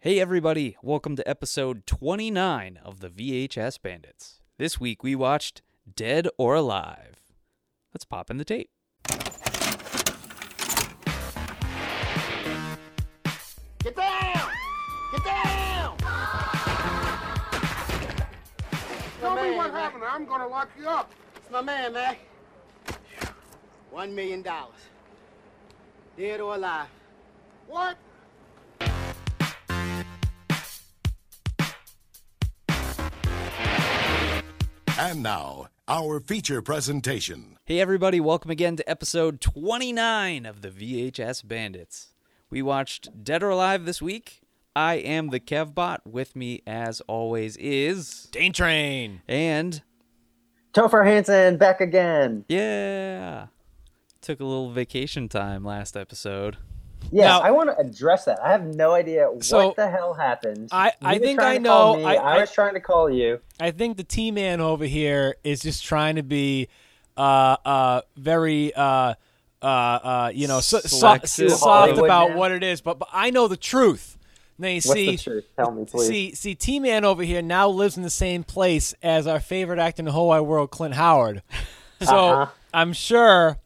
Hey, everybody, welcome to episode 29 of the VHS Bandits. This week we watched Dead or Alive. Let's pop in the tape. Get down! Get down! Tell me what happened. I'm gonna lock you up. It's my man, Mac. One million dollars. Dead or alive. What? And now, our feature presentation. Hey, everybody, welcome again to episode 29 of the VHS Bandits. We watched Dead or Alive this week. I am the Kevbot. With me, as always, is. Dane Train. And. Topher Hansen back again. Yeah! Took a little vacation time last episode. Yes, Now- I want to address that. I have no idea So, what the hell happened. I- I You were think trying I to call know. me, I- I- was trying to call you. I think the T Man over here is just trying to be uh uh very uh uh, uh you know so, so, Selective. soft about Hollywood what it is, but, but I know the truth. Now you What's see the truth? Tell me, please. See, see, T Man over here now lives in the same place as our favorite actor in the whole wide world, Clint Howard. So Uh-huh. I'm sure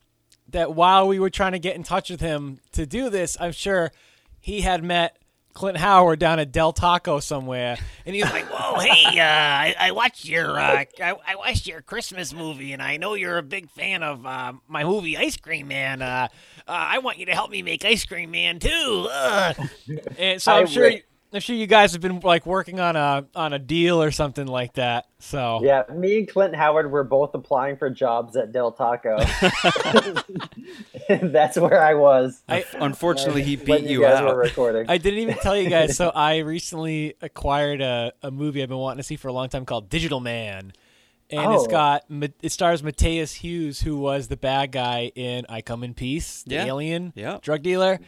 that while we were trying to get in touch with him to do this, I'm sure he had met Clint Howard down at Del Taco somewhere, and he's like, Whoa, hey, uh, I, I watched your uh, I, I watched your Christmas movie, and I know you're a big fan of uh, my movie Ice Cream Man. Uh, uh, I want you to help me make Ice Cream Man too. Ugh. and so I I'm sure, wish- I'm sure you guys have been like working on a on a deal or something like that. So Yeah, me and Clint Howard were both applying for jobs at Del Taco. That's where I was. I- Unfortunately, he beat when you, guys out. were recording. I didn't even tell you guys. So I recently acquired a, a movie I've been wanting to see for a long time called Digital Man, and it's Oh. got Ma- it stars Matthias Hughes, who was the bad guy in I Come in Peace, the Yeah. alien Yeah. drug dealer,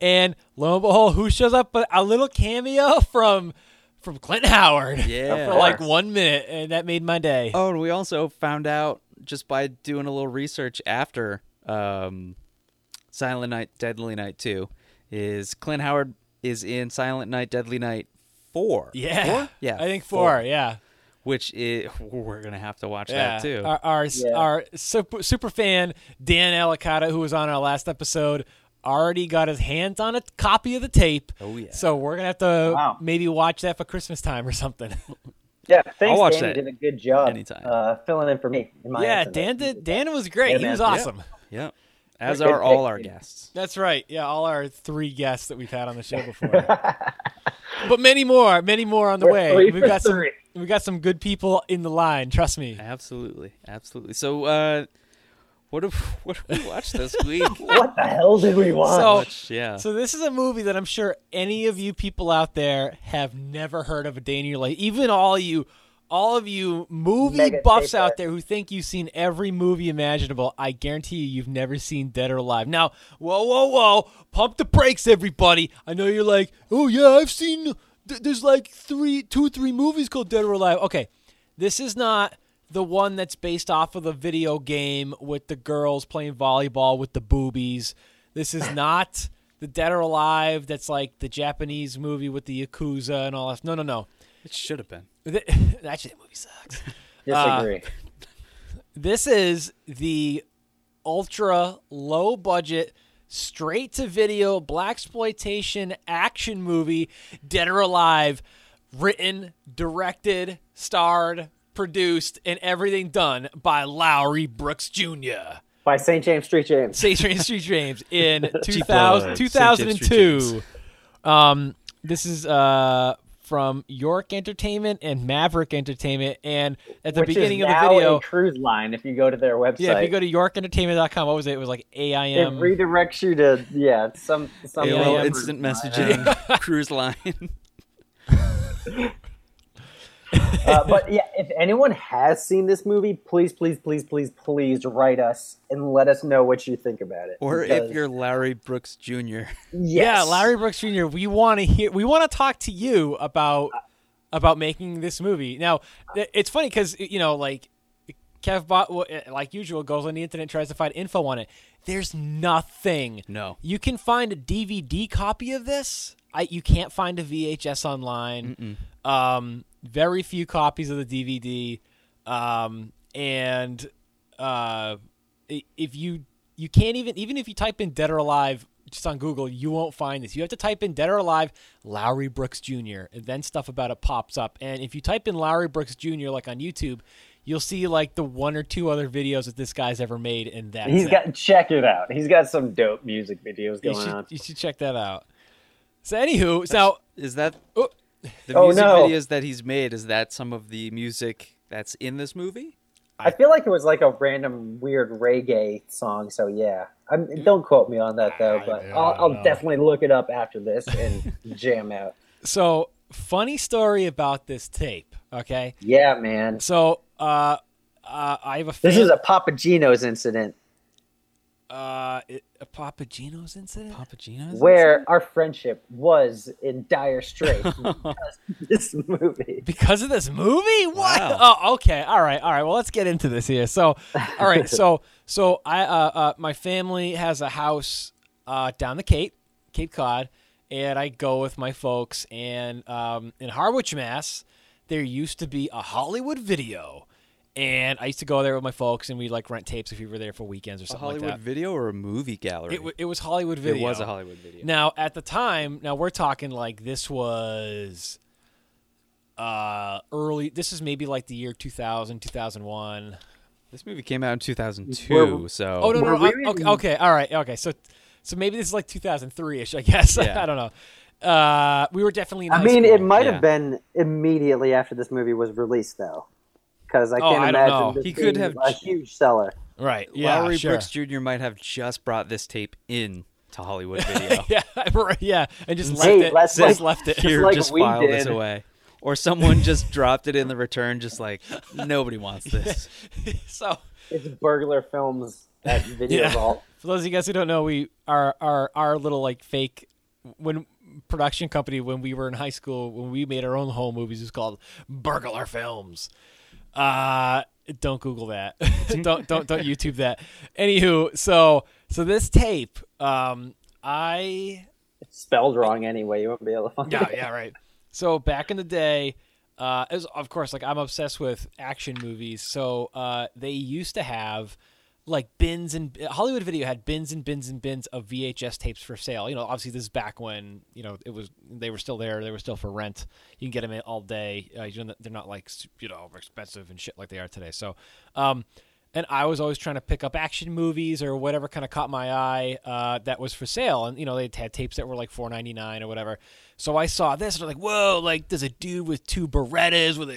and lo and behold, who shows up? But a little cameo from from Clint Howard. Yeah. For like one minute, and that made my day. Oh, and we also found out just by doing a little research after um, Silent Night, Deadly Night 2 is Clint Howard is in Silent Night, Deadly Night 4. yeah, Four? Yeah. I think four. Yeah, Which is, we're going to have to watch that too. Our our, Yeah. Uh, our super, super fan Dan Alicata, who was on our last episode, already got his hands on a copy of the tape. Oh, yeah. So we're gonna have to Wow. maybe watch that for Christmas time or something. yeah, thanks, watch Dan. that You did a good job anytime. Uh, filling in for me. In my yeah, absence. Dan did. Dan was great. Yeah, he was man. awesome. yep. As Good are pick, all our dude. guests. That's right. Yeah, all our three guests that we've had on the show before, but many more, many more on the We're way. three We've for got some. three. We've got some good people in the line. Trust me. Absolutely. Absolutely. So, uh, what have, what have we watched this week? What the hell did we want? So, Much, yeah. So this is a movie that I'm sure any of you people out there have never heard of a day in your life. Even all you, all of you movie Mega buffs taper. out there who think you've seen every movie imaginable, I guarantee you, you've never seen Dead or Alive. Now, whoa, whoa, whoa! Pump the brakes, everybody! I know you're like, oh yeah, I've seen. th- There's like three, two, three movies called Dead or Alive. Okay, this is not the one that's based off of the video game with the girls playing volleyball with the boobies. This is not the Dead or Alive that's like the Japanese movie with the Yakuza and all that. No, no, no. it should have been. Th- Actually, that movie sucks. uh, Disagree. This is the ultra low budget, straight to video, black exploitation action movie, Dead or Alive, written, directed, starred, produced, and everything done by Lowry Brooks Jr. By St. James Street James. Say Train Street James in 2000, blood. Saint James 2002. Street Um, this is uh, from York Entertainment and Maverick Entertainment. And at the Which beginning is of the now video, a cruise line if you go to their website. yeah, if you go to yorkentertainment.com, what was it? It was like it AIM. redirects you to yeah some some A Um, Yeah, little yeah. instant messaging cruise line. uh, but yeah if anyone has seen this movie please please please please please write us and let us know what you think about it Or because- if you're Larry Brooks Jr. yes. yeah, Larry Brooks Jr. We want to hear. We want to talk to you about about making this movie. Now, th- it's funny because you know, like Kevbot, wa- eh, like usual, goes on the internet tries to find info on it. There's nothing. No. you can find a DVD copy of this I you can't find a VHS online. Um, very few copies of the DVD, um, and uh, i- if you you can't even even if you type in Dead or Alive just on Google, you won't find this. You have to type in Dead or Alive Lowry Brooks Jr. and then stuff about it pops up. And if you type in Lowry Brooks Jr. like on YouTube, you'll see like the one or two other videos that this guy's ever made, and that's He's it. got check it out. He's got some dope music videos you going should, on. you should check that out. So anywho, so Is that Oh. the Oh, music no. videos that he's made? Is that some of the music that's in this movie? I feel like it was like a random weird reggae song. So yeah, I'm, don't quote me on that though. But I I'll, don't know. I'll definitely look it up after this and jam out. so funny story about this tape. Okay, Yeah, man. so uh, uh I have a fan, This is a Papa Gino's incident uh, it- a Papa Gino's incident. Papagino's? where our friendship was in dire straits because of this movie. Because of this movie? What? Wow. Oh, okay. All right. All right. Well, let's get into this here. So, all right. So, so I, uh, uh, my family has a house uh, down the Cape, Cape Cod, and I go with my folks. And um, in Harwich, Mass, there used to be a Hollywood video, and I used to go there with my folks, and we like rent tapes if we were there for weekends or A something Hollywood like that. video or a movie gallery? It, w- it was Hollywood It video. was a Hollywood video. Now, at the time, now we're talking like this was uh early this is maybe like the year 2000 2001 This movie came out in 2002, so oh no no, Were no, I- we okay, even- okay all right okay so so maybe this is like 2003ish i guess Yeah. i don't know uh we were definitely in I high mean, it school. might yeah. have been immediately after this movie was released though, because I Oh, can't I don't know. imagine this He could being have- a huge seller. right yeah Lowry sure. Brooks Jr. might have just brought this tape in to Hollywood Video. yeah right, yeah and just left Hey, it let's, just like, left it Here, like just we filed this did. away. Or someone just dropped it in the return, just like nobody wants this. so It's burglar films at Video Yeah. Vault. For those of you guys who don't know, we our our our little like fake when production company when we were in high school when we made our own home movies was called Burglar Films. Uh don't Google that. don't don't don't YouTube that. Anywho, so so this tape, um, I Spelled wrong anyway. You won't be able to find yeah, it. yeah, right. So back in the day, uh, it was, of course, like I'm obsessed with action movies. So uh, they used to have like bins and Hollywood Video had bins and bins and bins of VHS tapes for sale. You know, obviously this is back when you know it was they were still there. They were still for rent. You can get them all day. Uh, you know, they're not like you know expensive and shit like they are today. So. Um, and I was always trying to pick up action movies or whatever kind of caught my eye uh, that was for sale. And you know, they had tapes that were like four ninety nine or whatever. So I saw this and I'm like, whoa! Like, there's a dude with two Berettas with an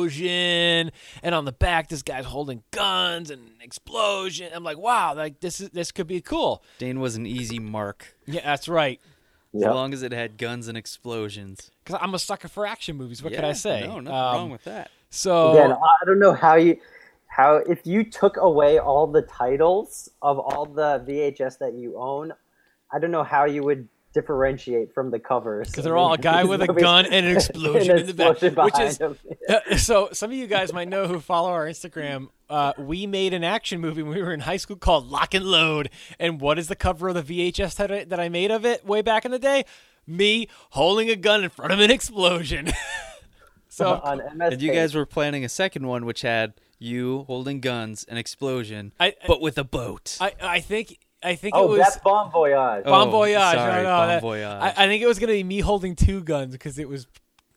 explosion, and on the back, this guy's holding guns and an explosion. I'm like, wow! Like, this is this could be cool. Dane was an easy mark Yeah, that's right. as Yep. long as it had guns and explosions. Because I'm a sucker for action movies. What could I Yeah, say? No, nothing Um, wrong with that. So Again, I don't know how you how if you took away all the titles of all the VHS that you own, I don't know how you would differentiate from the covers. Because they're all a guy with a gun and an explosion in the back, which is Uh, so some of you guys might know who follow our Instagram. Uh, we made an action movie when we were in high school called Lock and Load. And what is the cover of the VHS that I, that I made of it way back in the day? Me holding a gun in front of an explosion. so on MS. And you guys were planning a second one, which had you holding guns, an explosion, I- I- but with a boat. I, I think I think Oh, it was that's Bon Voyage. Oh, Bon Voyage. No, sorry, no, Bon that- Voyage. I, I think it was gonna be me holding two guns because it was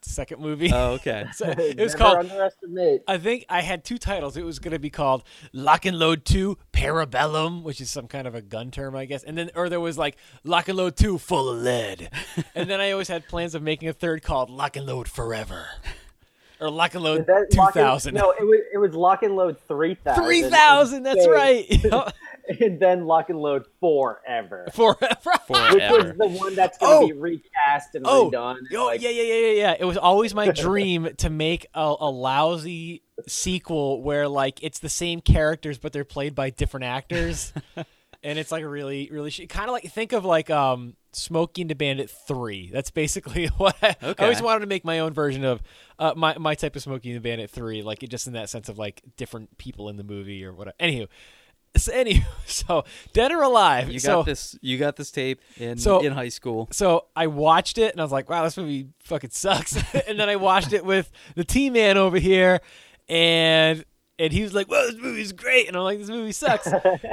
second movie. oh, okay. So it was Never called underestimate. I think I had two titles. It was going to be called Lock and Load 2 Parabellum, which is some kind of a gun term, I guess. And then, or there was like Lock and Load 2 Full of Lead. and then I always had plans of making a third called Lock and Load Forever or Lock and Load That lock and- 2000. no, it was it was Lock and Load three thousand. 3000, that's right. Yep. And then Lock and Load forever. Forever. Which Forever. was the one that's going Oh. to be recast and Oh, redone. oh like, yeah, yeah, yeah, yeah, yeah. It was always my dream to make a, a lousy sequel where like it's the same characters but they're played by different actors, and it's like really, really sh- kind of like think of like um Smokey and the Bandit three. That's basically what I, I always Okay. wanted to make my own version of uh, my my type of Smokey and the Bandit three, like it just in that sense of like different people in the movie or whatever. Anywho. So, any, so Dead or Alive. You got so, this. You got this tape in So- in high school. So I watched it and I was like, wow, this movie fucking sucks. and then I watched it with the T Man over here and and he was like, "Whoa, this movie's great," and I'm like, "This movie sucks."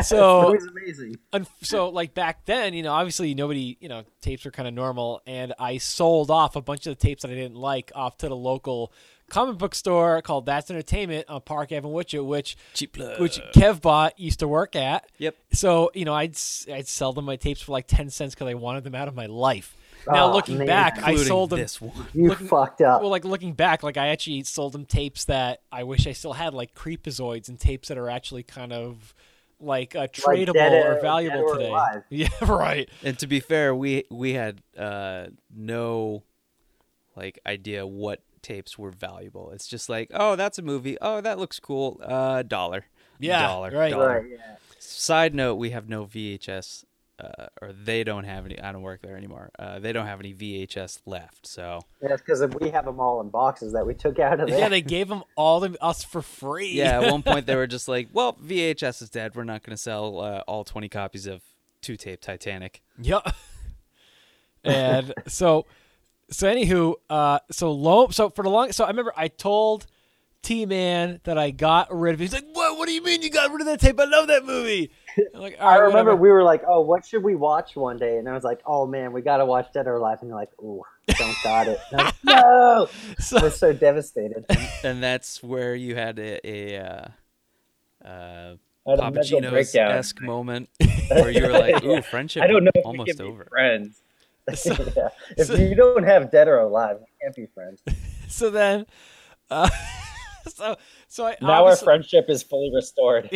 So, It was amazing. un- so like back then, you know, obviously nobody, you know, tapes were kind of normal, and I sold off a bunch of the tapes that I didn't like off to the local comic book store called That's Entertainment on Park Avenue, Wichita, which Cheap plug. which Kev Bot used to work at. Yep. So you know, I'd s- I'd sell them my tapes for like ten cents because I wanted them out of my life. Now Aw, looking Ah, man. back, I Including sold them. this one. You looking- fucked up. Well, like looking back, like I actually sold them tapes that I wish I still had, like creepazoids and tapes that are actually kind of like uh, tradable Dead or- or valuable Dead or today. Alive. Yeah, right. And to be fair, we we had uh, no like idea what tapes were valuable. It's just like, oh, that's a movie. Oh, that looks cool. Uh, dollar. Yeah, dollar. right. dollar. right, yeah. Side note: We have no VHS, uh, or they don't have any. I don't work there anymore. Uh, they don't have any VHS left. So Yeah, because we have them all in boxes that we took out of there. Yeah, they gave them all to us for free. yeah, at one point they were just like, "Well, VHS is dead. We're not going to sell uh, all twenty copies of two tape Titanic." Yep. and so, so anywho, uh, so low, so for the long, so I remember I told T Man that I got rid of. it. He's like, "What? What do you mean you got rid of that tape? I love that movie." I'm like, all I right, remember whatever. we were like, "Oh, what should we watch one day?" And I was like, "Oh man, we gotta watch Dead or Alive." And you're like, "Ooh, don't got it." And I was, no, So- we're so devastated. I And that's where you had a, a uh, uh, had a mental Papagino's breakdown. esque moment where you were like, "Ooh, friendship." I don't know. If we can almost be over. Friends. yeah. If you don't have Dead or Alive, we can't be friends. so then, uh, so so I Now our obviously- friendship is fully restored.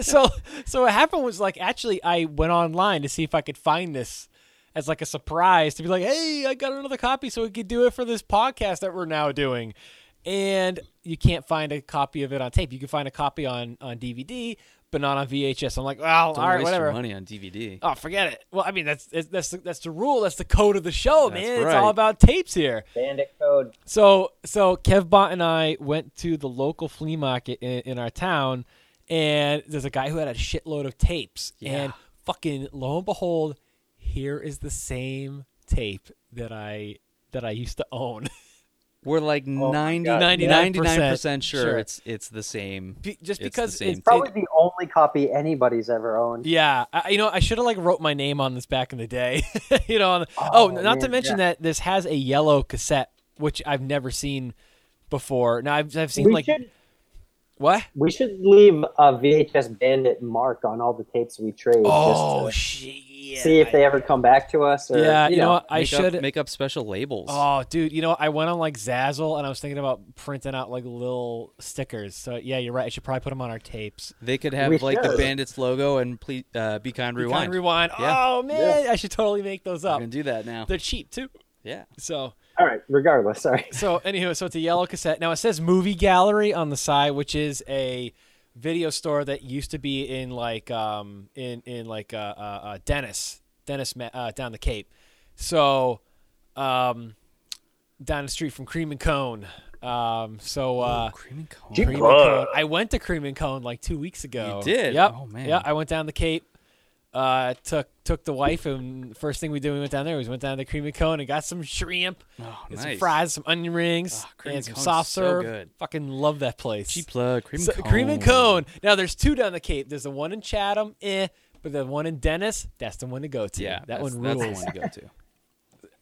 so so what happened was like actually I went online to see if I could find this as like a surprise to be like, hey, I got another copy so we could do it for this podcast that we're now doing. And you can't find a copy of it on tape. You can find a copy on on DVD, but not on VHS. I'm like, well, Don't all right, waste whatever. your money on DVD. Oh, forget it. Well, I mean, that's that's that's the, that's the rule. That's the code of the show, That's man. It's right. all about tapes here. Bandit code. So so Kev Bott and I went to the local flea market in, in our town, and there's a guy who had a shitload of tapes. And fucking lo and behold, here is the same tape that I that I used to own. We're like 90, God. 99% 99% sure, sure. it's it's the same. Be- just It's the because same it, tape. it, Probably the only copy anybody's ever owned. yeah, I, you know, I should have like wrote my name on this back in the day. you know, on, oh, not to man, mention that this has a yellow cassette which I've never seen before. Now I've I've seen We like should what? we should leave a VHS Bandit mark on all the tapes we trade. Oh just shit! to see if they ever come back to us. Or, yeah, you know, what? I Make up- should make up special labels. Oh, dude, you know, I went on like Zazzle and I was thinking about printing out like little stickers. So yeah, you're right. I should probably put them on our tapes. they could have we like the should. Bandits logo and please uh, be kind Kinda rewind. rewind. Yeah. Oh man, I should totally make those I'm up. gonna do that now. They're cheap too. Yeah. So All right. Regardless, sorry. so anywho, so it's a yellow cassette. Now it says movie gallery on the side, which is a video store that used to be in like um in in like uh uh, uh Dennis Dennis Ma- uh, down the Cape. So um down the street from Cream and Cone. Um so uh Cream and cone. Cream and Cone. I went to Cream and Cone like two weeks ago. You did? Yep. Oh, man. Yeah, I went down the Cape. Uh, took took the wife, and first thing we did when we went down there was went down to Cream and Cone and got some shrimp, Oh, and some nice. fries, some onion rings, Ah, Cream and and some Cone's soft so serve. good. Fucking love that place. Cheap plug. Cream, So- and cone. Cream and Cone. Now there's two down the Cape. There's the one in Chatham, eh, but the one in Dennis, that's the one to go to. Yeah, that that's, one that's rules. the one to go to.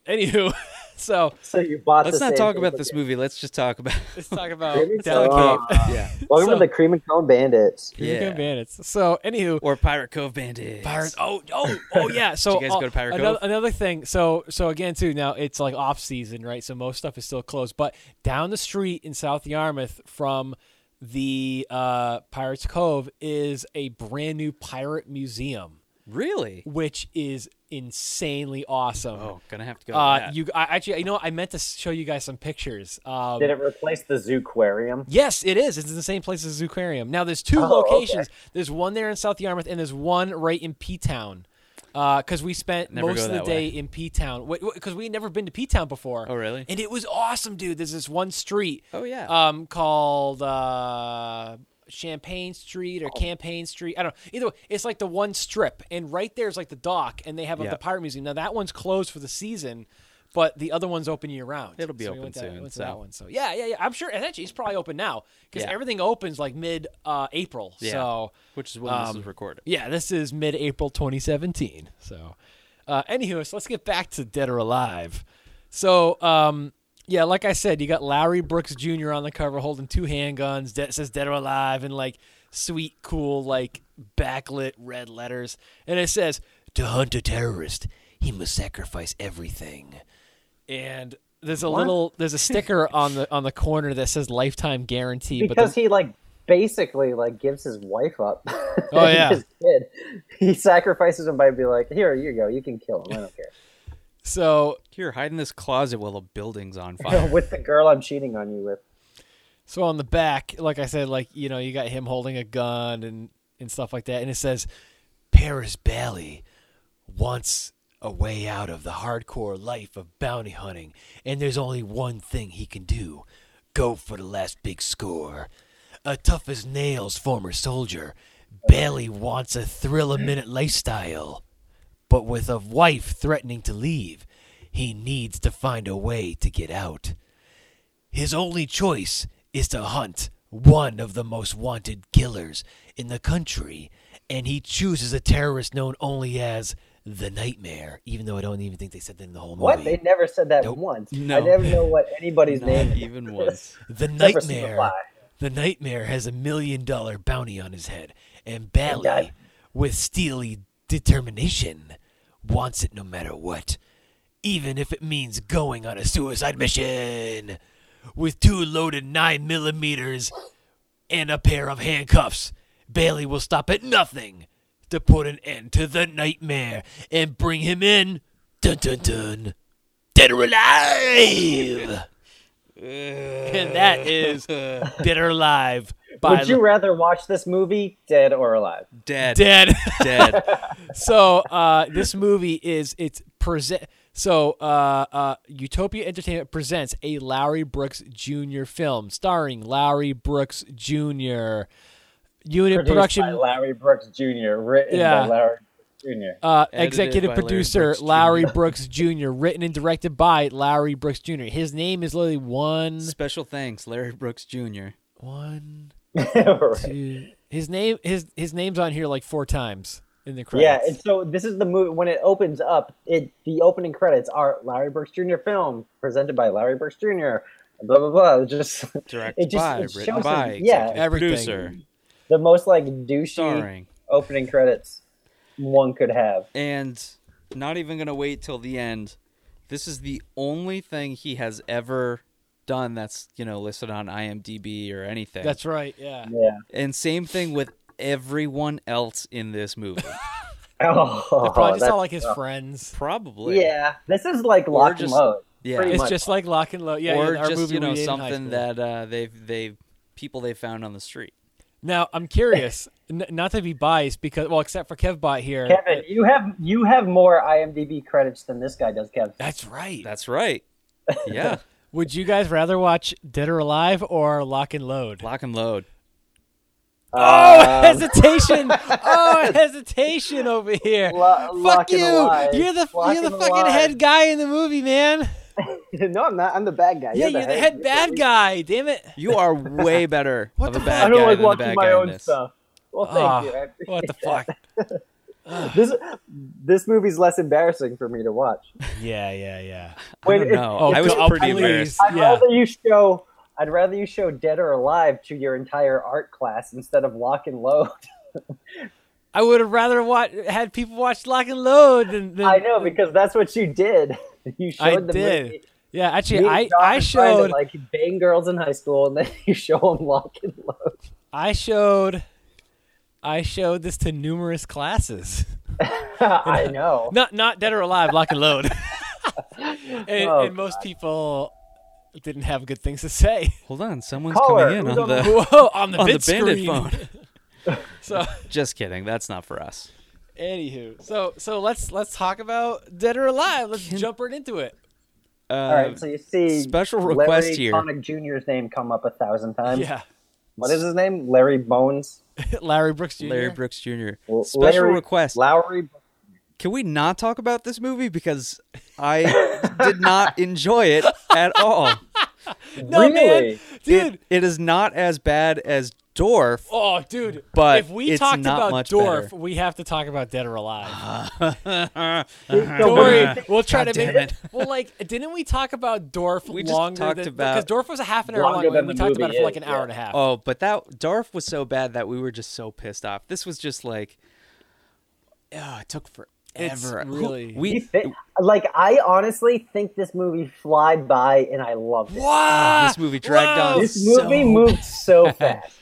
Anywho, so So you bought. Let's the not same talk tape about again. this movie. Let's just talk about let's talk about Cream and down the Cone. Cape. yeah, Welcome So- to the Cream and Cone Bandits. Cream and Yeah. Cone bandits. So anywho, or Pirate Cove Bandits. Pirates. Oh, oh, oh, yeah. So Did you guys uh, go to Pirate another, Cove? another thing. So, so again, too. Now it's like off season, right? So most stuff is still closed. But down the street in South Yarmouth from the uh, Pirates Cove is a brand new pirate museum, Really? which is insanely awesome. Oh, gonna have to go. to Uh, that. you I, actually, you know, what? I meant to show you guys some pictures. Um, Did it replace the Zooquarium? Yes, it is. It's in the same place as Aquarium. Now there's two Oh, locations. There's one there in South Yarmouth, and there's one right in P Town. Because we spent Never most go of the that day way. in P Town because we had never been to P Town before. Oh, really? And it was awesome, dude. There's this one street. Oh, yeah. Um, called um, uh, Champagne Street Oh. or Campaign Street. I don't know. Either way, it's like the one strip, and right there is like the dock, and they have a Yeah. the pirate museum. Now that one's closed for the season, but the other one's open year round. It'll be So we open went to- soon, went to so. that one. So yeah, yeah, yeah. I'm sure. And actually, it's probably open now because Yeah. everything opens like mid uh, April. Yeah. So Which is when this um, is recorded. yeah, this is mid April 2017. So, uh, anywho, so let's get back to Dead or Alive. So, um, yeah, like I said, you got Larry Brooks Jr. on the cover holding two handguns. De- it says Dead or Alive in like sweet, cool, like backlit red letters. And it says, To hunt a terrorist, he must sacrifice everything. And. There's a little there's a sticker on the on the corner that says lifetime guarantee but the- because he like basically like gives his wife up. Oh, yeah. his kid. He sacrifices him by being like, "Here you go, you can kill him. I don't care." so Here, hide in this closet while the building's on fire. with the girl I'm cheating on you with. So on the back, like I said, like you know, you got him holding a gun and and stuff like that, and it says Paris Bailey wants a way out of the hardcore life of bounty hunting, and there's only one thing he can do: go for the last big score. A tough as nails former soldier, Bailey wants a thrill a minute lifestyle but with a wife threatening to leave, he needs to find a way to get out. His only choice is to hunt one of the most wanted killers in the country, and he chooses a terrorist known only as the Nightmare, even though I don't even think they said that in the whole What? movie. They never said that Nope. once. No. I never know what anybody's name Not is. even once. The Never seen the Nightmare. fly. The Nightmare has a million dollar bounty on his head, and Bally, God. with steely determination, wants it no matter what, even if it means going on a suicide mission. With two loaded 9 millimeters and a pair of handcuffs, Bailey will stop at nothing to put an end to the nightmare and bring him in. Dun dun dun. Dead or alive! and that is Dead or Alive by Would you rather watch this movie dead or alive? Dead. Dead. Dead. so uh, this movie is it's present. So uh, uh, Utopia Entertainment presents a Lowry Brooks Jr. film starring Lowry Brooks Jr. Unit Produced by production Larry Brooks Jr. Written Yeah. by Larry Brooks Jr. uh, Edited executive by Larry producer Brooks Jr. Lowry Brooks Jr. Written and directed by Lowry Brooks Jr. His name is literally one Special thanks, Larry Brooks Jr. one Right. two. His name his his name's on here like four times in the Yeah, credits. and so this is the movie when it opens up. It the opening credits are Larry Brooks Jr. film presented by Larry Brooks Jr. Blah blah blah. Just Directed it just by, it written shows by, us- yeah, executive Everything. producer, the most like douchey starring. opening credits one could have. And not even going to wait till the end. This is the only thing he has ever done that's, you know, listed on IMDb or anything. That's right. Yeah. Yeah. And same thing with everyone else in this movie. Oh, They probably just that's- all like his friends. Probably. yeah. This is like lock and just- load. Yeah. Pretty It's much. just like Lock and Load. Yeah, or yeah, our just movie you know we did in high something school. that uh, they've they people they found on the street. Now I'm curious, n- not to be biased because well, except for KevBot here. Kevin, you have you have more IMDb credits than this guy does, Kevin. That's right. That's right. Yeah, Would you guys rather watch Dead or Alive or Lock and Load? lock and load. Oh, Um, hesitation! oh, hesitation over here. Lo- Fuck Lock you! and Alive. You're the Lock you're the and fucking Alive. head guy in the movie, man. no, I'm not. I'm the bad guy. yeah, you're the head bad guy. Damn it! You are way better What of a the bad fuck? I don't guy like than the watching bad my guy in own this. stuff. Well, thank Ah, you. I appreciate What the fuck? This this movie's less embarrassing for me to watch. Yeah, yeah, yeah. I When don't it- know. Oh, I was go- oh, pretty please. embarrassed. I'd Yeah. rather you show. I'd rather you show Dead or Alive to your entire art class instead of Lock and Load. I would have rather wa had people watch Lock and Load than, than I know because that's what you did. You showed I the did. movie. Yeah, Me actually, and I John were I trying to, showed like bang girls in high school, and then you show them Lock and Load. I showed I showed this to numerous classes. I know. Not not dead or alive, lock and load. and, Oh, and most people didn't have good things to say. Hold on, someone's Caller, coming in who's on on the Whoa, on the on big the bandit screen. phone. So Just kidding. That's not for us. anywho, so so let's let's talk about dead or alive. Let's jump right into it. Uh, All right, so you see special Larry request here. Connick Jr.'s name come up a thousand times. Yeah. What is his name? Larry Bones. Larry Brooks Jr. Larry Brooks Jr. L- Special Larry- request. Lowry. Can we not talk about this movie because I did not enjoy it at all. no, man, Really? dude. It, it is not as bad as Dorf. Oh, dude! But if we it's talked not about much Dorf, better. we have to talk about Dead or Alive. Don't Oh, Don't worry, worry. we'll try God to make damn it. Well, like, didn't we talk about Dorf We just longer talked than about- because Dorf was a half an hour Longer long, than and we the talked about it movie for like an is, hour yeah. and a half. Oh, but that Dorf was so bad that we were just so pissed off. This was just like, oh, it took forever. Who- really- He we. fit- Like I honestly think this movie flied by, and I loved it. Wow! this movie dragged Wow! on This so movie moved so fast,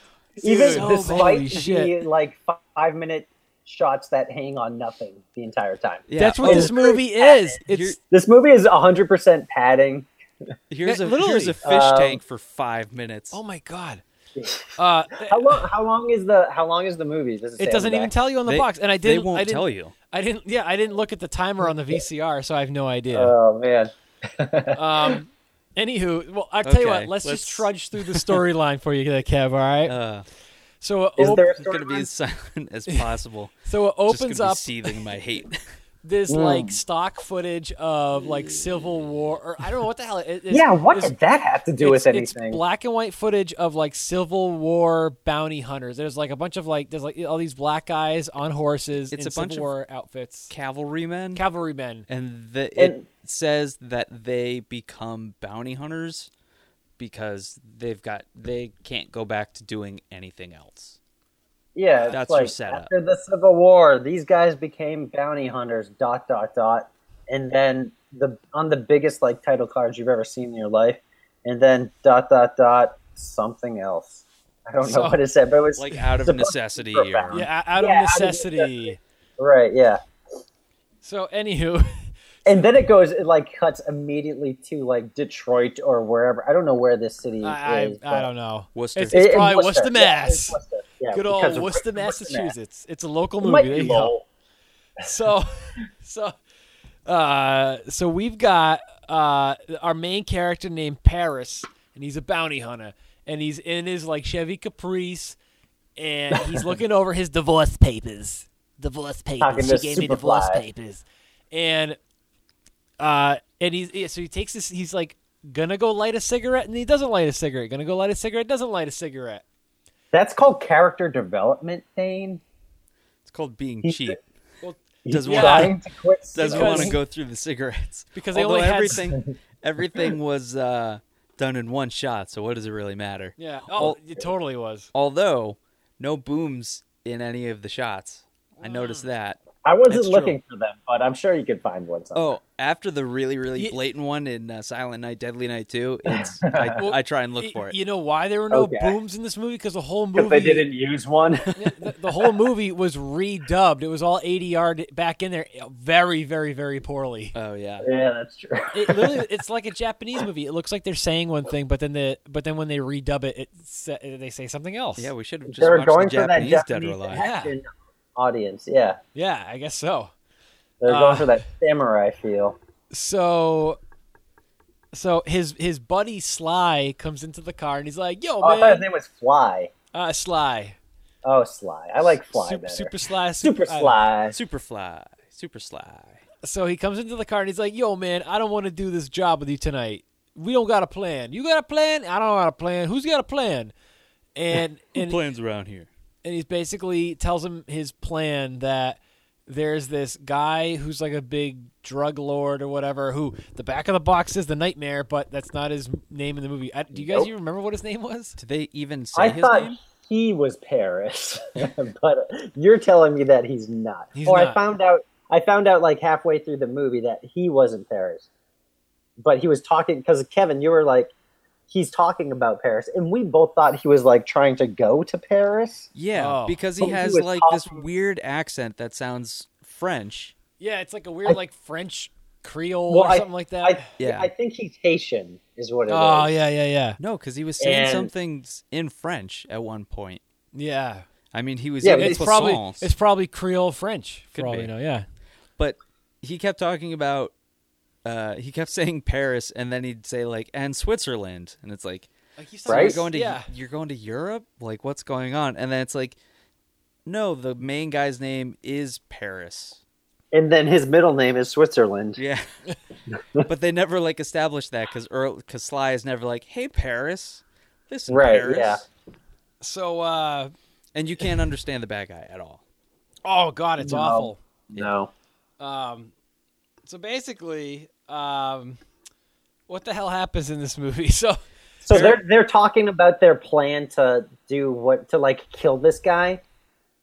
even So bad. Holy despite the shit. like five minute shots that hang on nothing the entire time. Yeah. That's what oh, this movie is. You're- It's This movie is 100% padding. here's a Yeah, literally. here's a fish Um, tank for five minutes. oh my god. Uh, How long? How long is the? How long is the movie? Does say it on doesn't the even back? tell you on the They- box, and I they didn't. won't I didn't, tell you. I didn't. Yeah, I didn't look at the timer on the VCR, so I have no idea. Oh man, Uh, Um, anywho, well, I'll tell you what. Okay, Let's, let's- just trudge through the storyline for you, there, Kev. All right. Uh, so it is op- there a it's gonna be storyline? as silent as possible. so it just opens gonna up be seething my hate. this Hmm. like stock footage of like Civil War, or I don't know what the hell. It, it's, yeah, what it's- did that have to do with it's- it's anything? black and white footage of like Civil War bounty hunters. There's like a bunch of like there's like all these black guys on horses It's in a bunch Civil of- War outfits, Cavalrymen, cavalrymen. and the, it And- says that they become bounty hunters because they've got they can't go back to doing anything else. yeah, it's That's your like setup. after the Civil War, these guys became bounty hunters. Dot dot dot, and then the on the biggest like title cards you've ever seen in your life, and then dot dot dot something else. I don't know So- what it said, but it was Like out of supposed to be necessity for a or- bounty. Yeah, out of Yeah, out of necessity. necessity. right, yeah. So anywho, And then it goes, it like cuts immediately to like Detroit or wherever. I don't know where this city I, is. I, I don't know. Worcester. It's, it's It- it- probably Worcester. Worcester, Yeah, Mass. it's Worcester. Yeah, Good because old of Worcester, Massachusetts. It's a local It movie. might There be you go. Lowell. So, so, uh, so we've got uh, our main character named Paris, and he's a bounty hunter, and he's in his like Chevy Caprice, and he's looking over his divorce papers. Divorce Talking papers. to She gave me divorce Superfly. papers. and uh and he's yeah, so he takes this he's like gonna go light a cigarette and he doesn't light a cigarette gonna go light a cigarette doesn't light a cigarette That's called character development, Thane. It's called being He's- cheap. well, He's Doesn't wanna- trying to quit. Doesn't Because- want to go through the cigarettes because they Although only had- everything everything was uh, done in one shot, so what does it really matter? yeah oh it totally was Although no booms in any of the shots, I noticed that. I wasn't That's looking for them, but I'm sure you could find one somewhere. Oh, after the really really Ye- blatant one in uh, Silent Night, Deadly Night Two, it's, I, I try and look for it. you know why there were no Okay. booms in this movie because the whole movie Because they didn't use one. the, the whole movie was redubbed it was all 80 yard back in there very very very poorly Oh yeah, yeah, that's true. it literally it's like a japanese movie it looks like they're saying one thing but then the but then when they redub it, it sa- they say something else yeah. We should have just they were watched going the for that Japanese, Dead or Japanese Alive. action audience. Yeah, yeah i guess so they're Uh, going for that samurai feel. so so his his buddy Sly comes into the car and he's like, "Yo, Oh, I thought his man, name was Fly. uh, Sly, Oh, Sly. I like Fly super, better. super Sly, Super uh, Sly. Superfly, super sly. So he comes into the car and he's like, "Yo, man, I don't want to do this job with you tonight. We don't got a plan. You got a plan? I don't got a plan. Who's got a plan?" And and plans around here? and he's basically tells him his plan that there's this guy who's like a big drug lord or whatever who the back of the box is the nightmare but that's not his name in the movie I, do you guys Nope. even remember what his name was Do they even say I his thought name? he was Paris, but you're telling me that he's not. He's or not. I found out. I found out like halfway through the movie that he wasn't Paris, but he was talking because Kevin, you were like, he's talking about Paris, and we both thought he was like trying to go to Paris. Yeah, Oh. because he Oh, he has was like this talking- weird accent that sounds French. Yeah, it's like a weird like French Creole Well, or I- something like that. I, Yeah. I think he's Haitian, is what it is. oh yeah, yeah, yeah, No, because he was saying And- something s- in French at one point. yeah. I mean, he was Yeah, in but It's It's probably Poissons, it's probably Creole French for Could all be. we know. Yeah, but he kept talking about. Uh, he kept saying Paris, and then he'd say like, "and Switzerland," and it's like, Like, you So sound- you're Right? going to Yeah. you're going to Europe? Like what's going on? And then it's like no, the main guy's name is Paris. And then his middle name is Switzerland. Yeah. but they never like established that cuz cuz Sly is never like, "Hey Paris." Listen, Right, Paris. yeah. So, uh, And you can't understand the bad guy at all. oh god, it's No. awful. No. Um, so basically, um, what the hell happens in this movie? So So they're they're talking about their plan to do what to like kill this guy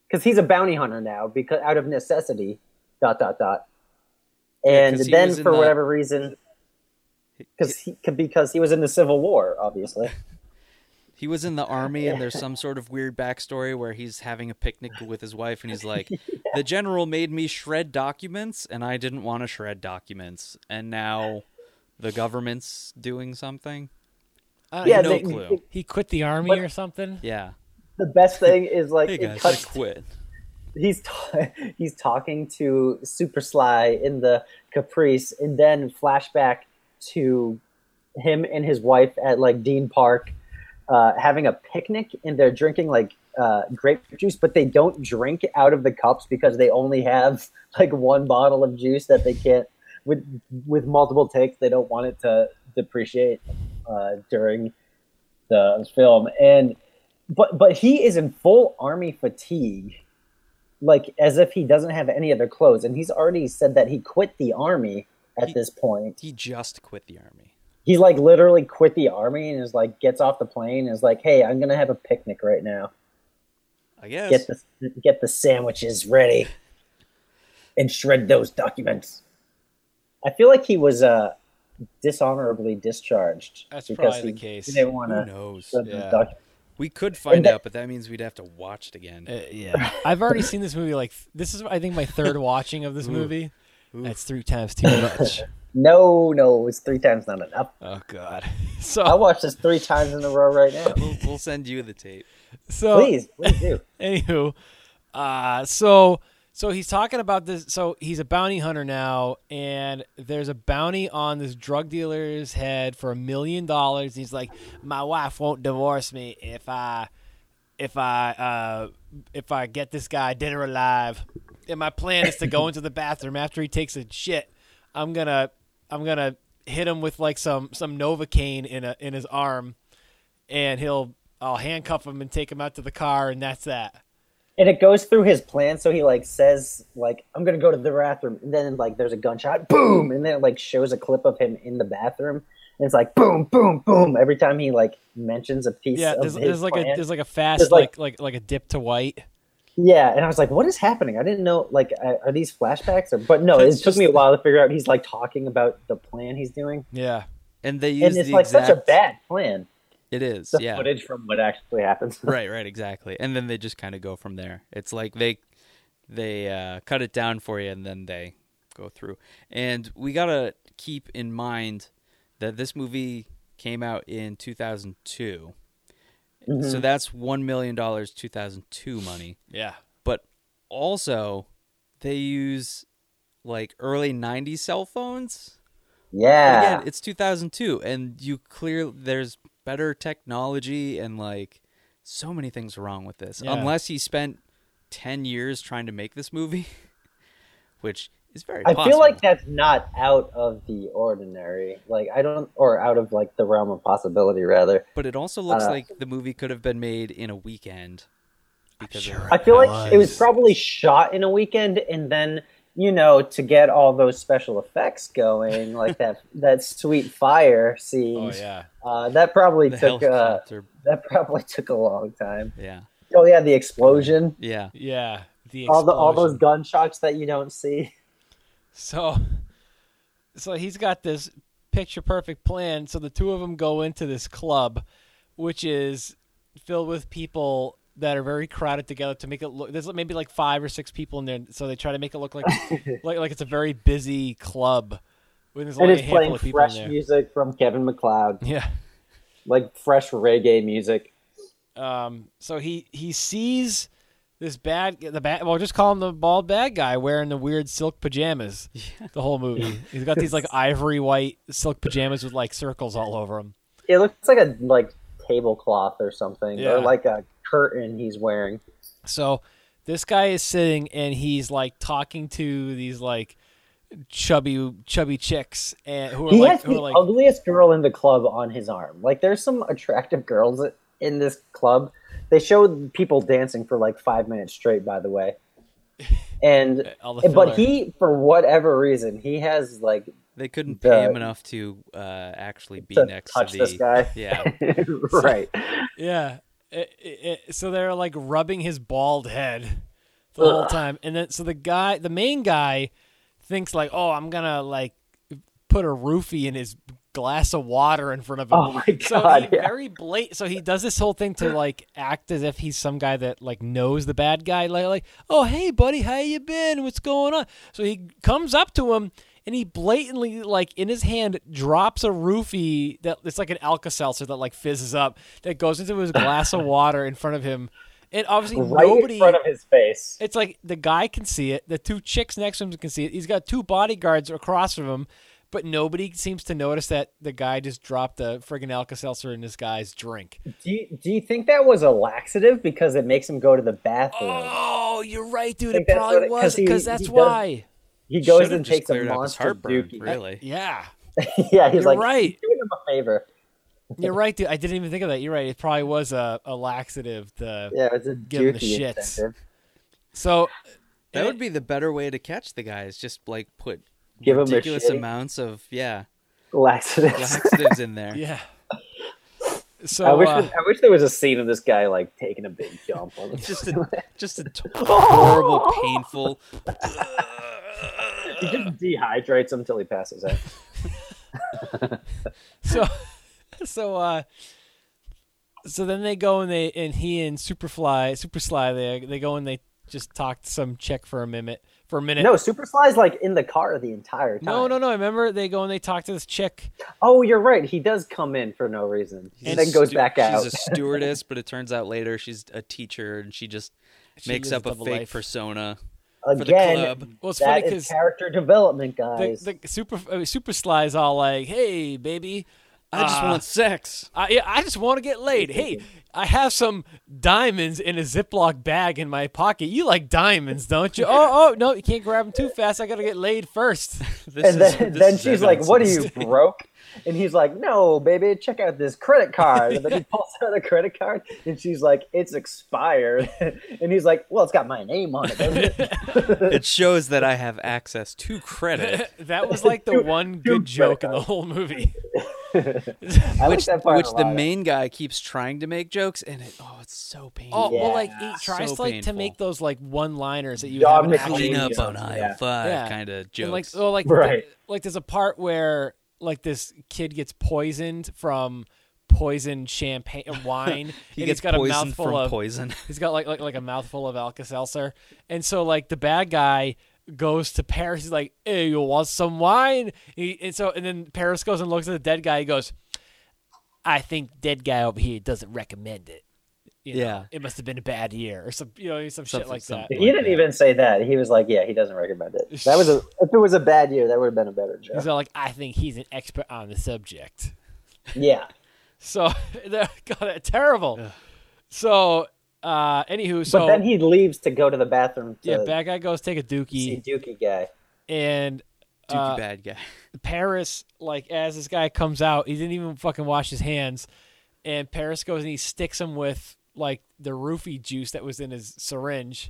because he's a bounty hunter now because out of necessity. Dot dot dot. And 'cause he then was in for the- whatever reason, because he because he was in the Civil War, obviously. He was in the army, and there's some sort of weird backstory where he's having a picnic with his wife, and he's like, "The general made me shred documents, and I didn't want to shred documents, and now the government's doing something." I yeah, no they- clue. he quit the army But- or something. Yeah, The best thing is like hey it guys, I cuts quit. he's ta he's talking to Super Sly in the Caprice, and then flashback to him and his wife at like Dean Park uh, having a picnic, and they're drinking like uh, grape juice, but they don't drink out of the cups because they only have like one bottle of juice that they can't with with multiple takes. They don't want it to depreciate uh, during the film, and. But, but he is in full army fatigue like as if he doesn't have any other clothes and he's already said that he quit the army at He- this point He just quit the army. he like literally quit the army and is like gets off the plane and is like hey i'm gonna have a picnic right now I guess. get the get the sandwiches ready and shred those documents i feel like he was uh dishonorably discharged That's because probably he, the case. he didn't want Who to knows? shred Yeah. those documents We could find that- out, but that means we'd have to watch it again. Uh, yeah, I've already seen this movie. Like th- this is, I think, my third watching of this movie. That's three times too much. no no it's three times not enough oh god. i So watched this three times in a row right now We'll, we'll send you the tape. so please please do anywho, uh, so so he's talking about this. So he's a bounty hunter now, and there's a bounty on this drug dealer's head for a million dollars. He's like, my wife won't divorce me if I if I uh, if I get this guy dead or alive. And my plan is to go into the bathroom after he takes a shit. I'm gonna I'm gonna hit him with like some some novocaine in a in his arm, and he'll I'll handcuff him and take him out to the car, and that's that. and it goes through his plan so he like says like i'm gonna go to the bathroom and then like there's a gunshot boom and then it like shows a clip of him in the bathroom and it's like boom boom boom every time he like mentions a piece Yeah, of there's, his there's like a plan. there's like a fast There's like- like, like like a dip to white. yeah and i was like what is happening i didn't know like I- are these flashbacks or but no it That's took just- me a while to figure out he's like talking about the plan he's doing Yeah, And they use and it's the like exact. such a bad plan It is. the yeah. footage from what actually happens right right exactly and then they just kind of go from there it's like they they uh, cut it down for you and then they go through and we gotta keep in mind that this movie came out in 2002 so that's $1 million 2002 money yeah, but also they use like early 90s cell phones but yeah again, it's 2002, and you clear there's better technology and like so many things wrong with this. Yeah. Unless he spent 10 years trying to make this movie, which is very. I possible. feel like that's not out of the ordinary. Like I don't, or out of like the realm of possibility, rather. but it also looks uh, like the movie could have been made in a weekend. Because of- I feel like it was probably shot in a weekend, and then you know to get all those special effects going, like that that sweet fire scene. oh yeah. uh, that probably the took uh, helicopter. that probably took a long time. yeah, Oh yeah, the explosion, yeah. Yeah, the all the all those explosion. gunshots that you don't see. So, so he's got this picture perfect plan. So the two of them go into this club, which is filled with people that are very crowded together to make it look. There's maybe like five or six people in there, so they try to make it look like like like it's a very busy club. When there's And only a it's handful playing of people in fresh there. music from Kevin McLeod, Yeah. like fresh reggae music. Um, so he he sees this bad the bad well just call him the bald bad guy wearing the weird silk pajamas the whole movie he's got these like ivory white silk pajamas with like circles all over him It looks like a like tablecloth or something, Yeah. or like a curtain he's wearing. So this guy is sitting and he's like talking to these like chubby chubby chicks and who are He like has who the are like ugliest girl in the club on his arm. Like, there's some attractive girls in this club. They showed people dancing for like five minutes straight, by the way. And all the filler. but he, for whatever reason, he has like They couldn't The- pay him enough to uh, actually be to next touch to the this guy. yeah. right. yeah. It- it- it- so they're like rubbing his bald head the whole time, and then so the guy, the main guy, thinks like, "Oh, I'm gonna like put a roofie in his glass of water in front of him." Oh my So God, he yeah. very blat- So he does this whole thing to like act as if he's some guy that like knows the bad guy. Like, like, oh hey buddy, how you been? What's going on? So he comes up to him and he blatantly like in his hand drops a roofie that it's like an Alka Seltzer that like fizzes up that goes into his glass of water in front of him. And obviously right nobody in front of his face. it's like the guy can see it. The two chicks next to him can see it. He's got two bodyguards across from him, but nobody seems to notice that the guy just dropped a friggin' Alka Seltzer in this guy's drink. Do you, do you think that was a laxative because it makes him go to the bathroom? Oh, you're right, dude. Think It that's what probably it- 'cause was he- because he that's does- why. he goes Should've and just takes a cleared up his monster heartburn, dookie. Really? Yeah, yeah, he's You're like right. "You're doing him a favor. you're right, dude. I didn't even think of that. You're right. It probably was a, a laxative. The Yeah, it's a Give him the dookie shits. incentive. so That would be the better way to catch the guy is just like put Give him a ridiculous shitty- amounts of yeah Laxatives. laxatives in there. yeah. So I wish uh, I wish there was a scene of this guy like taking a big dump. On the- Just a just a t- horrible, painful. he just dehydrates him till he passes out. so so uh so then they go and they and he and superfly super sly they they go and they just talk to some chick for a minute for a minute No, Super Sly's like in the car the entire time. no no no remember they go and they talk to this chick Oh, you're right. He does come in for no reason, and then goes Stu- back out. She's a stewardess, but it turns out later she's a teacher, and she just She makes up lives a a double fake life. persona for the Again, club. well it's funny that because is character development, guys. the, the super uh, super sly's all like hey baby I just uh, want sex. I, yeah, I just want to get laid. Hey, I have some diamonds in a Ziploc bag in my pocket. You like diamonds, don't you? Oh, oh, no, you can't grab them too fast. I got to get laid first. This and is- then, this then is she's like, evidence "What of are this. you broke?" And he's like, "No, baby, check out this credit card." And then he pulls out a credit card, and she's like, "It's expired." and he's like, "Well, it's got my name on it." doesn't it?" It shows that I have access to credit, that was like the one good dude, joke in the whole movie. I like which that part which a the lot. main guy keeps trying to make jokes, and it oh, it's so painful. Oh, well, like Yeah. he tries So to like to painful. make those like one-liners that you Dog haven't actually clean up Yeah. on aisle Yeah. five Yeah. kind of and, like jokes. oh like Right. like there's a part where like this kid gets poisoned from poisoned champagne wine. he gets and he's got a poisoned mouthful from of poison. He's got like like like a mouthful of Alka Seltzer, and so like the bad guy goes to Paris. He's like, "Hey, you want some wine?" He, and so and then Paris goes and looks at the dead guy. He goes, "I think dead guy over here doesn't recommend it." You know, Yeah. it must have been a bad year or some you know some shit Something- like that. something. He didn't even say that. He was like, "Yeah, he doesn't recommend it." That was a. If it was a bad year, that would have been a better He's joke. all like, "I think he's an expert on the subject." Yeah. So that God, that- terrible. So uh, anywho, so But then he leaves to go to the bathroom to yeah, bad guy goes take a see dookie Dookie guy. and. Dude, uh, you bad guy. Paris, like as this guy comes out, he didn't even fucking wash his hands, and Paris goes and he sticks him with like the roofie juice that was in his syringe.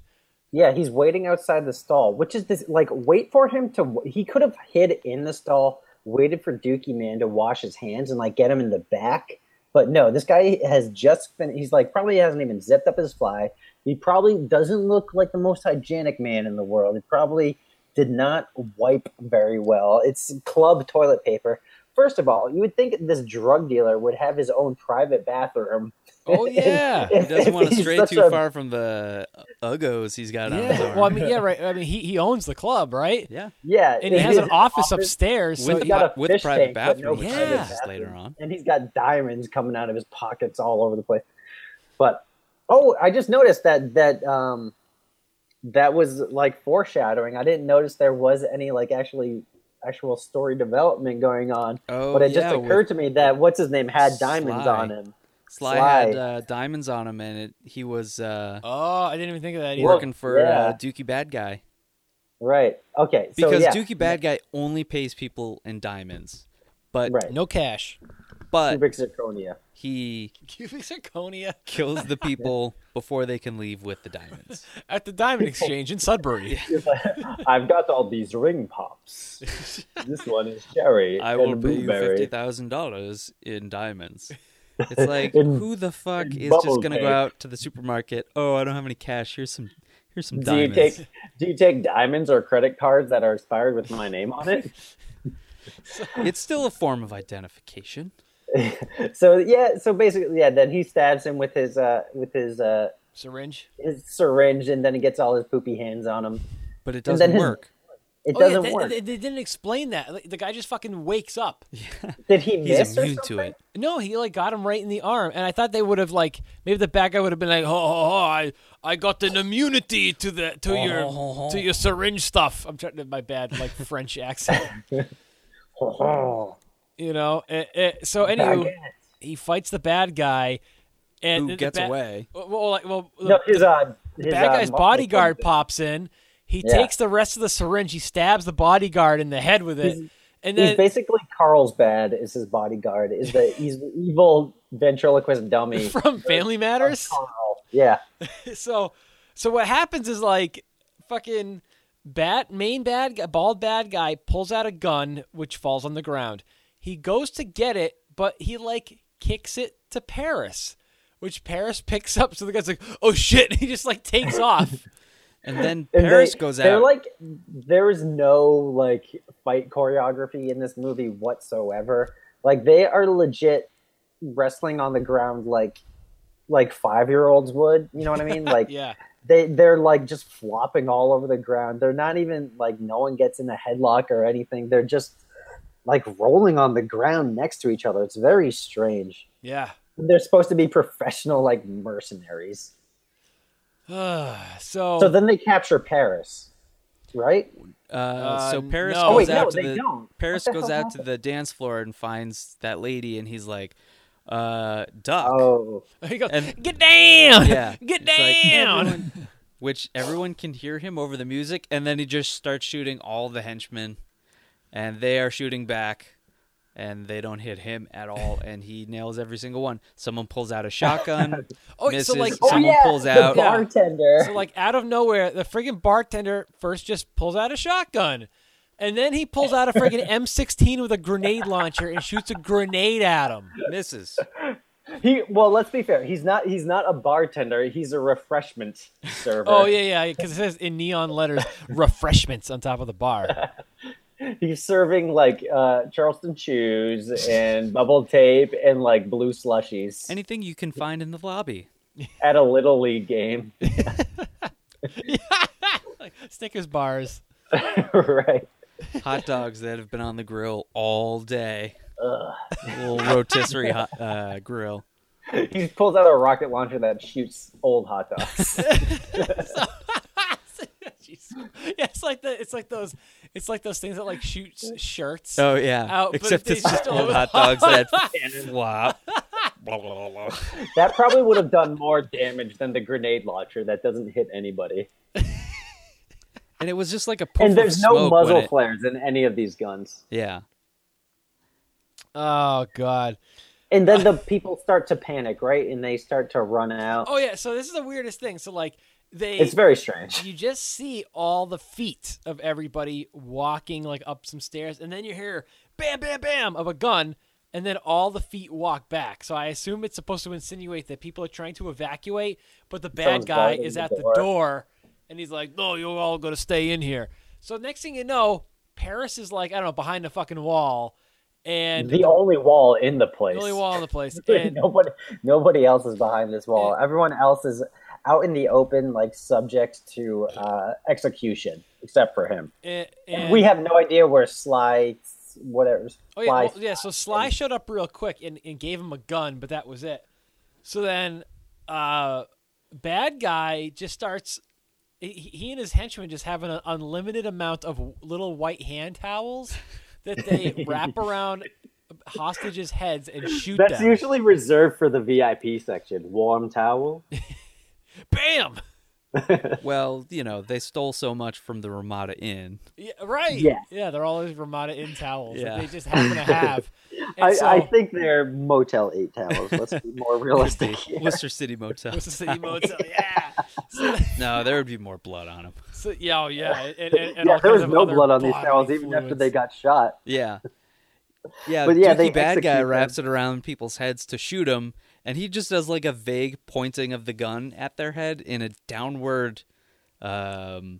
Yeah, he's waiting outside the stall, which is this like wait for him to. He could have hid in the stall, waited for Dookie Man to wash his hands and like get him in the back. But no, this guy has just been. He's like probably hasn't even zipped up his fly. He probably doesn't look like the most hygienic man in the world. He probably did not wipe very well. It's club toilet paper. First of all, you would think this drug dealer would have his own private bathroom. Oh yeah, He doesn't want to He's stray such too a- far from the uh, uggos he's got on his yeah. arm. Well, I mean, yeah, right. I mean, he he owns the club, right? yeah, Yeah, And he has an his office upstairs. So with, he, got a with fish private tank, but bathroom, no which private is bathroom. later on. and he's got diamonds coming out of his pockets all over the place. But oh, I just noticed that that um that was like foreshadowing. I didn't notice there was any like actually actual story development going on. Oh, but it yeah, just with occurred to me that what's his name had diamonds Sly. on him. Sly, Sly. had uh, diamonds on him, and it, he was uh, Oh, I didn't even think of that either. Whoa. working for uh, yeah. Dookie Bad Guy Right. Okay. So, because yeah. Dookie Bad Guy only pays people in diamonds, but Right. No cash. but Cubic zirconia. he Cubic zirconia kills the people before they can leave with the diamonds. at the Diamond Exchange in Sudbury. I've got all these ring pops. this one is cherry. I and will pay you blueberry. fifty thousand dollars in diamonds. It's like In- who the fuck in is bubble just gonna go cake. out to the supermarket? Oh, I don't have any cash. Here's some. Here's some Do you diamonds. take do you take diamonds or credit cards that are expired with my name on it? It's still a form of identification. So yeah. So basically, yeah. Then he stabs him with his uh with his uh Syringe. his syringe, and then he gets all his poopy hands on him. But it And doesn't then his- work. It Oh, yeah, doesn't they, work. They, they didn't explain that. Like, The guy just fucking wakes up. Did he He's miss or immune to something? it. No, he like got him right in the arm, and I thought they would have like maybe the bad guy would have been like, oh, oh, oh, I I got an immunity to the to your to your syringe stuff. I'm trying to my bad like French accent, Oh, you know. Eh, eh, so anywho, he fights the bad guy, and Who the gets ba- away. Well, like, well, the- no, his uh, the his, bad uh, guy's muscle bodyguard comes in. pops in. He Yeah. takes the rest of the syringe. He stabs the bodyguard in the head with it, and He's then basically Carlsbad is his bodyguard. Is the he's the evil ventriloquist dummy from Family Matters. Carl. Yeah, so so what happens is like fucking bat main bad guy bald bad guy pulls out a gun which falls on the ground he goes to get it but he like kicks it to paris which paris picks up so the guy's like oh shit he just like takes off And then And Paris they- goes They're out. like there is no like fight choreography in this movie whatsoever. Like they are legit wrestling on the ground like like five year olds would. You know what I mean? Like yeah they they're like just flopping all over the ground. They're not even like no one gets in a headlock or anything. They're just like rolling on the ground next to each other. It's very strange. yeah They're supposed to be professional like mercenaries. so, Oh. So then they capture Paris, right? uh, so Uh, Paris no. goes Oh, wait, out no, to they the don't. What Paris the goes hell out to the dance floor and finds that lady, and he's like, uh, "Duck." Oh, he goes, and- get down Yeah, get it's like, down "Everyone-" which everyone can hear him over the music, and then he just starts shooting all the henchmen, and they are shooting back, and they don't hit him at all, and he nails every single one. Someone pulls out a shotgun, Oh, so, misses. like- Oh, someone yeah, pulls the out. bar- bartender. So like out of nowhere, the friggin' bartender first just pulls out a shotgun. And then he pulls out a friggin' M16 with a grenade launcher and shoots a grenade at him. misses. He well, let's be fair. He's not he's not a bartender. He's a refreshment server. Oh yeah, yeah, because it says in neon letters refreshments on top of the bar. He's serving like uh, Charleston chews and bubble tape and like blue slushies Anything you can find in the lobby. at a little league game, Like Snickers bars. right? hot dogs that have been on the grill all day. Little rotisserie hot, uh, grill. He pulls out a rocket launcher that shoots old hot dogs. Jeez. Yeah, it's like the it's like those it's like those things that like shoot shirts. Oh yeah, Out, but except they it's just still- old hot dogs that flop. that probably would have done more damage than the grenade launcher that doesn't hit anybody. And it was just like a puff And of there's smoke no when muzzle it- flares in any of these guns. Yeah, Oh god. And then the people start to panic, right? And they start to run out. Oh yeah, so this is the weirdest thing. So like they It's very strange. you just see all the feet of everybody walking like up some stairs and then you hear bam bam bam of a gun and then all the feet walk back so i assume it's supposed to insinuate that people are trying to evacuate but the bad Someone's guy guarding is the at the door. door and he's like no you're all going to stay in here so next thing you know paris is like i don't know behind a fucking wall and The only wall in the place. the only wall in the place and nobody, nobody else is behind this wall. Everyone else is out in the open, like subject to uh, execution, except for him. and, And and- we have no idea where Sly, whatever. Oh yeah, well, Sly- yeah. So Sly showed up real quick and, and gave him a gun, but that was it. So then, uh, bad guy just starts. He, he and his henchmen just have an unlimited amount of little white hand towels that they wrap around hostages' heads and shoot That's them. usually reserved for the VIP section. Warm towel. Bam! Well, you know, they stole so much from the Ramada Inn. Yeah, right. Yeah. Yeah, they're all those Ramada in towels Yeah. that they just happen to have. And I, so, I think they're Motel 8 towers. Let's be more realistic here. Worcester City Motel. What's the city motel? Yeah. So, No, there would be more blood on them. so- yeah, oh, yeah. And, and, and yeah, all there kinds was of no other blood on these bodily towels even after they fluids. got shot. Yeah. Yeah, But yeah, Dookie they Bad Guy execute wraps it around people's heads to shoot them, and he just does like a vague pointing of the gun at their head in a downward, um,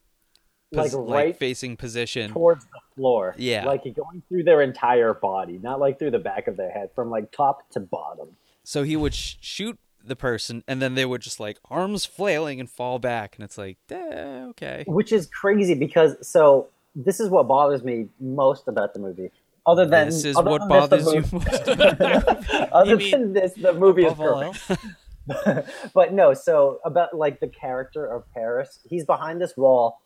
pos- Like right facing position. towards the floor. Yeah. Like going through their entire body, not like through the back of their head, from like top to bottom. So he would sh- shoot the person, and then they would just like arms flailing and fall back, and it's like, eh, okay, Which is crazy because so this is what bothers me most about the movie. Other than this is other what than bothers this, the you movie- most. Other You mean than this, the movie is Above all perfect. else? But no, so about like the character of Paris, he's behind this wall,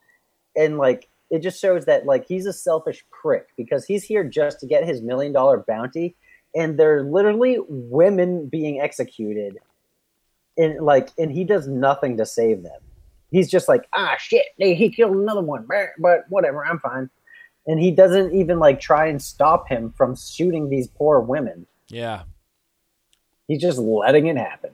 and like it just shows that like he's a selfish prick because he's here just to get his million dollar bounty, and there are literally women being executed, and like and he does nothing to save them. He's just like ah shit, they, he killed another one, brr, but whatever, I'm fine. And he doesn't even like try and stop him from shooting these poor women. Yeah. He's just letting it happen.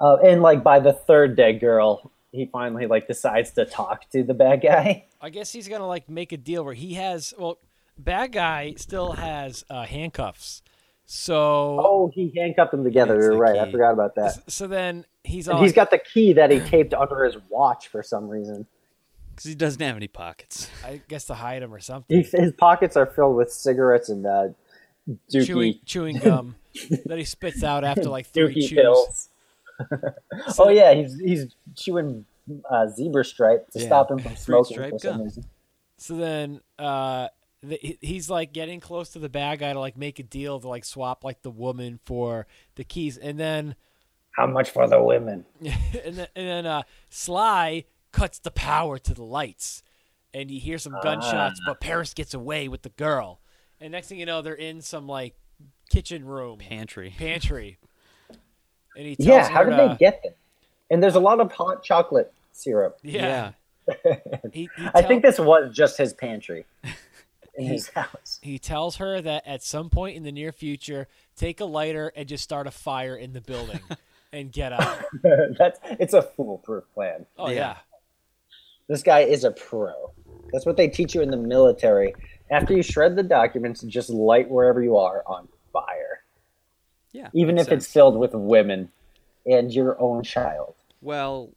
Uh, and like by the third dead girl, he finally like decides to talk to the bad guy. I guess he's gonna like make a deal where he has well, bad guy still has uh, handcuffs, so Oh, he handcuffed them together. That's You're the right. key. I forgot about that. so then he's And all he's got the key that he taped under his watch for some reason. because he doesn't have any pockets. I guess to hide him or He, something, his pockets are filled with cigarettes and uh, dookie, chewing chewing gum that he spits out after like three dookie chews. pills. oh yeah, he's he's chewing uh, zebra stripe to Yeah, stop him from smoking stripe for some gum. reason. So then uh, the, he- he's like getting close to the bad guy to like make a deal to like swap like the woman for the keys, and then How much for the women? and then, and then uh, Sly cuts the power to the lights, and you hear some Ah. gunshots, but Paris gets away with the girl. And next thing you know, they're in some like kitchen room Pantry. pantry, and he tells Yeah, how her did to- they get them? And there's a lot of hot chocolate syrup. Yeah, He, he I tell- think this was just his pantry in his house. he tells her that at some point in the near future, take a lighter and just start a fire in the building and get out. That's it's a foolproof plan. Oh yeah. This guy is a pro. That's what they teach you in the military. After you shred the documents, just light wherever you are on fire, Yeah, even if makes it's filled with women and your own child. Well,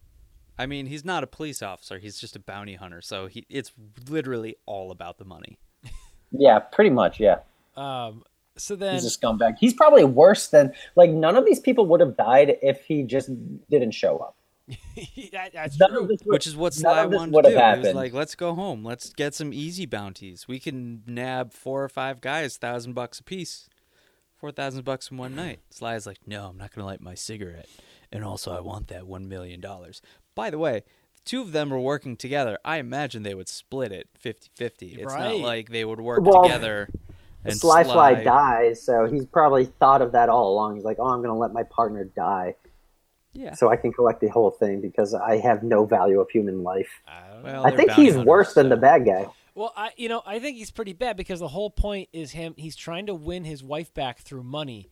I mean, he's not a police officer. He's just a bounty hunter. So he it's literally all about the money. Yeah, pretty much. Yeah, Um, so then he's a scumbag. He's probably worse than like none of these people would have died if he just didn't show up. that- that's None true. of this would- Which is what none Sly of this wanted would to have do. He was happened. like, let's go home. Let's get some easy bounties. We can nab four or five guys, thousand bucks apiece. Four thousand bucks in one night. Sly's like, no, I'm not gonna light my cigarette. And also I want that one million dollars. By the way, the two of them were working together. I imagine they would split it 50-50. It's not Right. like they would work Well, together. And Sly Fly dies, so he's probably thought of that all along. He's like, "Oh, I'm going to let my partner die, Yeah. so I can collect the whole thing because I have no value of human life." Well, I Oh, they're think bounty he's hunters, worse than the so- bad guy. Oh, Well, I you know I think he's pretty bad because the whole point is him he's trying to win his wife back through money,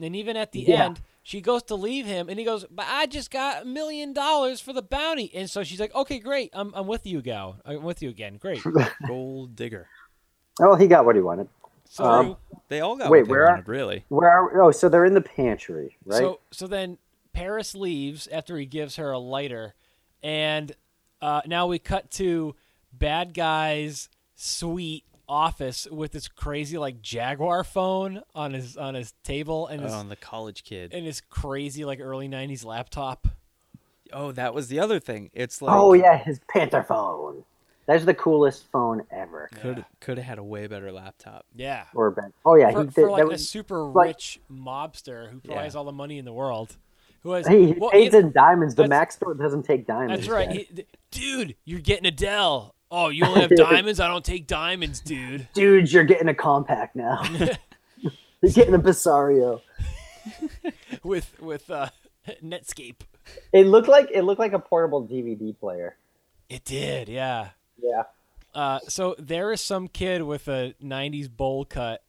and even at the Yeah. end she goes to leave him and he goes, "But I just got a million dollars for the bounty," and so she's like, "Okay, great, I'm I'm with you, gal, I'm with you again, great." Gold digger. Oh, he got what he wanted. So Um, They all got Wait, what they where are- wanted, really. Where are? Oh, so they're in the pantry, right? so so then Paris leaves after he gives her a lighter, and uh, now we cut to bad guy's sweet office with this crazy like Jaguar phone on his on his table and his Oh, and the college kid. and his crazy like early '90s laptop. oh, that was the other thing. It's like oh yeah, his panther phone. That's the coolest phone ever. could could have had a way better laptop. Yeah, Or ben- oh yeah, for, he did. for like that a was, super like- rich mobster who probably Yeah. has all the money in the world. Who has hey, he well, paints he- in diamonds. The that's- Mac store doesn't take diamonds. That's right, yeah. He- d- dude. You're getting Adele. Oh, you only have diamonds. I don't take diamonds, dude. Dude, you're getting a compact now. They're getting a Bessario. with with uh, Netscape. It looked like it looked like a portable DVD player. It did, yeah. Yeah. Uh, so there is some kid with a '90s bowl cut,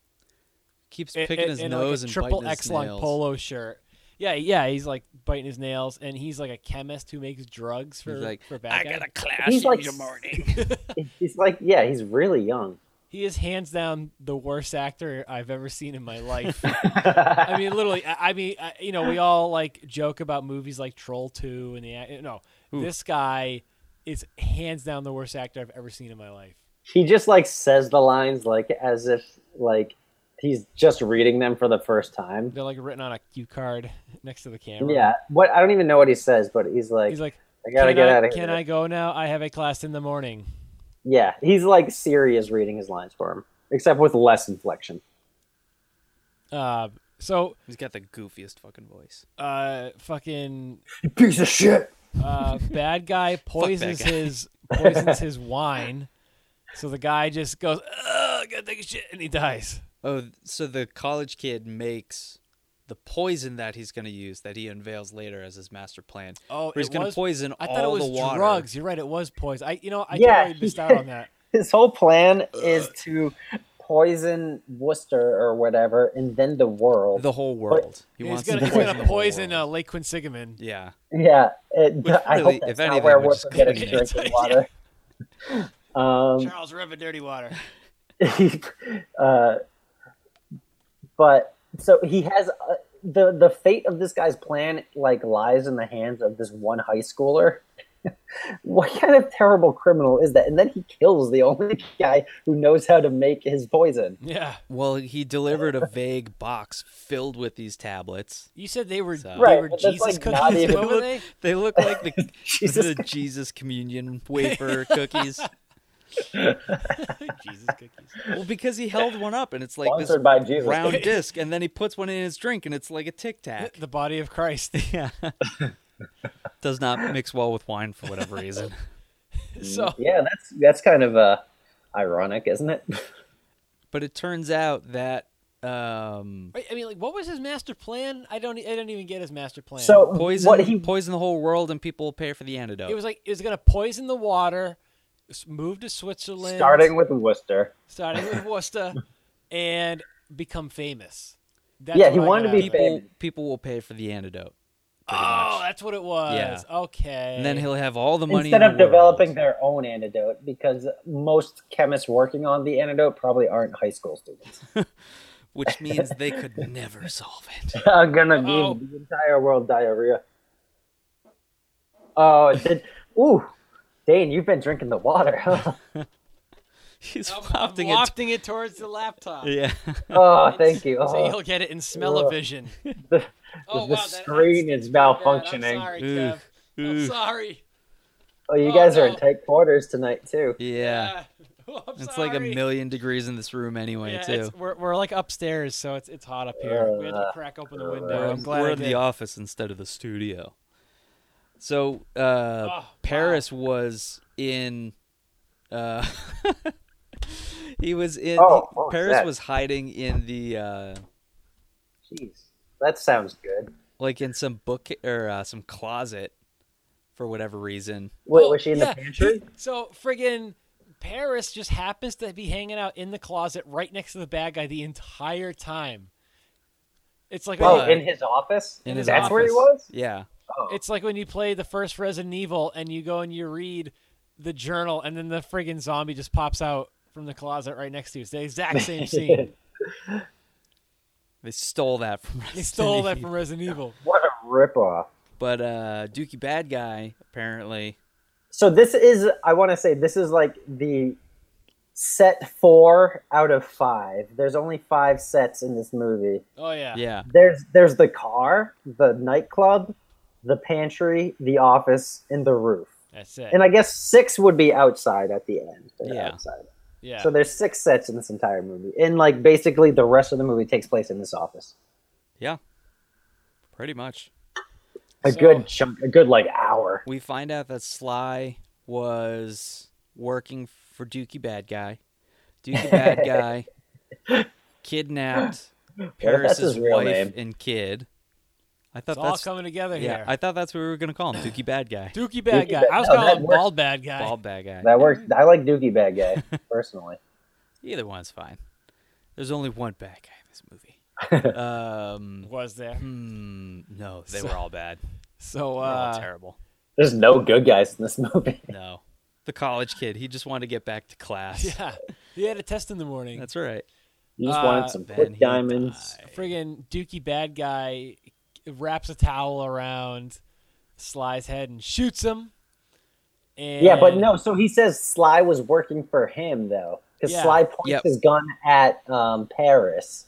Keeps a- picking a- his and like a nose and triple biting his X long nails. polo shirt. Yeah, yeah, he's like biting his nails, and he's like a chemist who makes drugs for He's like, for bad I guys. got a class He's like- in the morning. He's like, yeah, he's really young. He is hands down the worst actor I've ever seen in my life. I mean, literally. I, I mean, I, you know, we all like joke about movies like Troll Two and the ac- no. This guy is hands down the worst actor I've ever seen in my life. He just like says the lines like as if like he's just reading them for the first time. They're like written on a cue card next to the camera. Yeah. What I don't even know what he says, but he's like, He's like, I gotta can get I, out of here. Can I go now? I have a class in the morning. Yeah, he's like serious reading his lines for him, except with less inflection. Uh, so, He's got the goofiest fucking voice. uh, fucking Piece of shit. uh, bad guy poisons guy. his poisons his wine. So the guy just goes, "Ugh, gotta take a shit," and he dies. Oh, th- so the college kid makes the poison that he's going to use that he unveils later as his master plan. Oh, where he's it gonna was- poison I all thought it was the water. drugs. You're right. It was poison. I, you know, I Yeah. totally missed out on that. His whole plan is to poison Worcester or whatever, and then the world. The whole world. He He's wants gonna, to he's poison, gonna the whole poison uh, world. Lake Quinsigamond. Yeah. yeah, it, I really, hope that's if not anything, where would Worcester just gets clean it. drinking water. um, Charles River, dirty water. uh, but so he has uh, the the fate of this guy's plan like lies in the hands of this one high schooler. what kind of terrible criminal is that? And then he kills the only guy who knows how to make his poison. Yeah, Well, he delivered a vague box filled with these tablets. you said they were So- they Right, were but that's, Jesus like, not cookies. even- What were they? They look like the Jesus the Jesus communion wafer cookies. Jesus cookies. Well, because he held one up and it's like this Sponsored by Jesus. round disc, and then he puts one in his drink and it's like a tic tac. The body of Christ. Yeah. Does not mix well with wine for whatever reason. so Yeah, that's that's kind of uh, ironic, isn't it? But it turns out that um, Right, I mean, like, what was his master plan? I don't, e, I didn't even get his master plan. So poison what he poison the whole world and people will pay for the antidote. it was like it was gonna poison the water, s- move to Switzerland, starting with Worcester. starting with Worcester, and become famous. That's Yeah, he what I wanted got to be out of it. famous. people, people will pay for the antidote. Oh, pretty much. that's what it was. Yeah. Okay. And then he'll have all the money Instead in of the world. developing their own antidote, because most chemists working on the antidote probably aren't high school students. which means they could never solve it. I'm gonna Uh-oh. give the entire world diarrhea. Oh, it did ooh, Dane, you've been drinking the water, Oh, huh? He's I'm- I'm wafting it. wafting it towards the laptop. Yeah. Oh, thank you. So Oh, you'll get it in smell-o-vision. the Oh, the wow, that- Green is I'm malfunctioning. sorry, Ugh. Kev. I'm Ugh. sorry. oh, you Oh, guys are no. in tight quarters tonight too. Yeah. Uh, I'm It's sorry. like a million degrees in this room anyway, Yeah, too. it's- we're, we're like upstairs, so it's it's hot up here. we had to crack open the window. We're, I'm glad we're I in the did. office instead of the studio. So uh, Oh, wow. Paris was in. Uh, he was in. Oh, he- what was Paris that? was hiding in the uh, Jeez, that sounds good. like in some book or uh, some closet for whatever reason. Wait, Oh, was she in yeah, the pantry? he- so friggin' Paris just happens to be hanging out in the closet right next to the bad guy the entire time. It's like Oh, Uh, in his office. In his That's office. where he was. Yeah. It's like when you play the first Resident Evil and you go and you read the journal, and then the friggin' zombie just pops out from the closet right next to you. It's the exact same scene. They stole that from. they Resident stole that Evil. from Resident Evil. What a ripoff. But uh, Dookie Bad Guy apparently. So this is, I want to say, this is like the set four out of five. There's only five sets in this movie. Oh yeah, Yeah. There's there's the car, the nightclub, the pantry, the office, and the roof. that's it. And I guess six would be outside at the end. They're Yeah. outside. yeah, So there's six sets in this entire movie, and like basically the rest of the movie takes place in this office. Yeah. Pretty much. A So- good chunk, a good like hour. we find out that Sly was working for Dookie Bad Guy. Dookie Bad Guy kidnapped that's Paris's his real wife name. and kid. I thought It's all that's coming together yeah. here. I thought that's what we were gonna call him, Dookie Bad Guy, Dookie bad Dookie guy. bad- I was no, calling that him works. bald bad guy. Bald Bad Guy. That works. I like Dookie Bad Guy personally. Either one's fine. There's only one bad guy in this movie. um, was there. hmm, no, they were all bad. So They were all uh, terrible. There's no good guys in this movie. No, the college kid. He just wanted to get back to class. yeah, he had a test in the morning. That's right. You just Uh, wanted some then quick he diamonds. died. friggin' Dookie bad guy wraps a towel around Sly's head and shoots him. And Yeah, but no. So he says Sly was working for him though, because Yeah. Sly points Yep. his gun at um, Paris,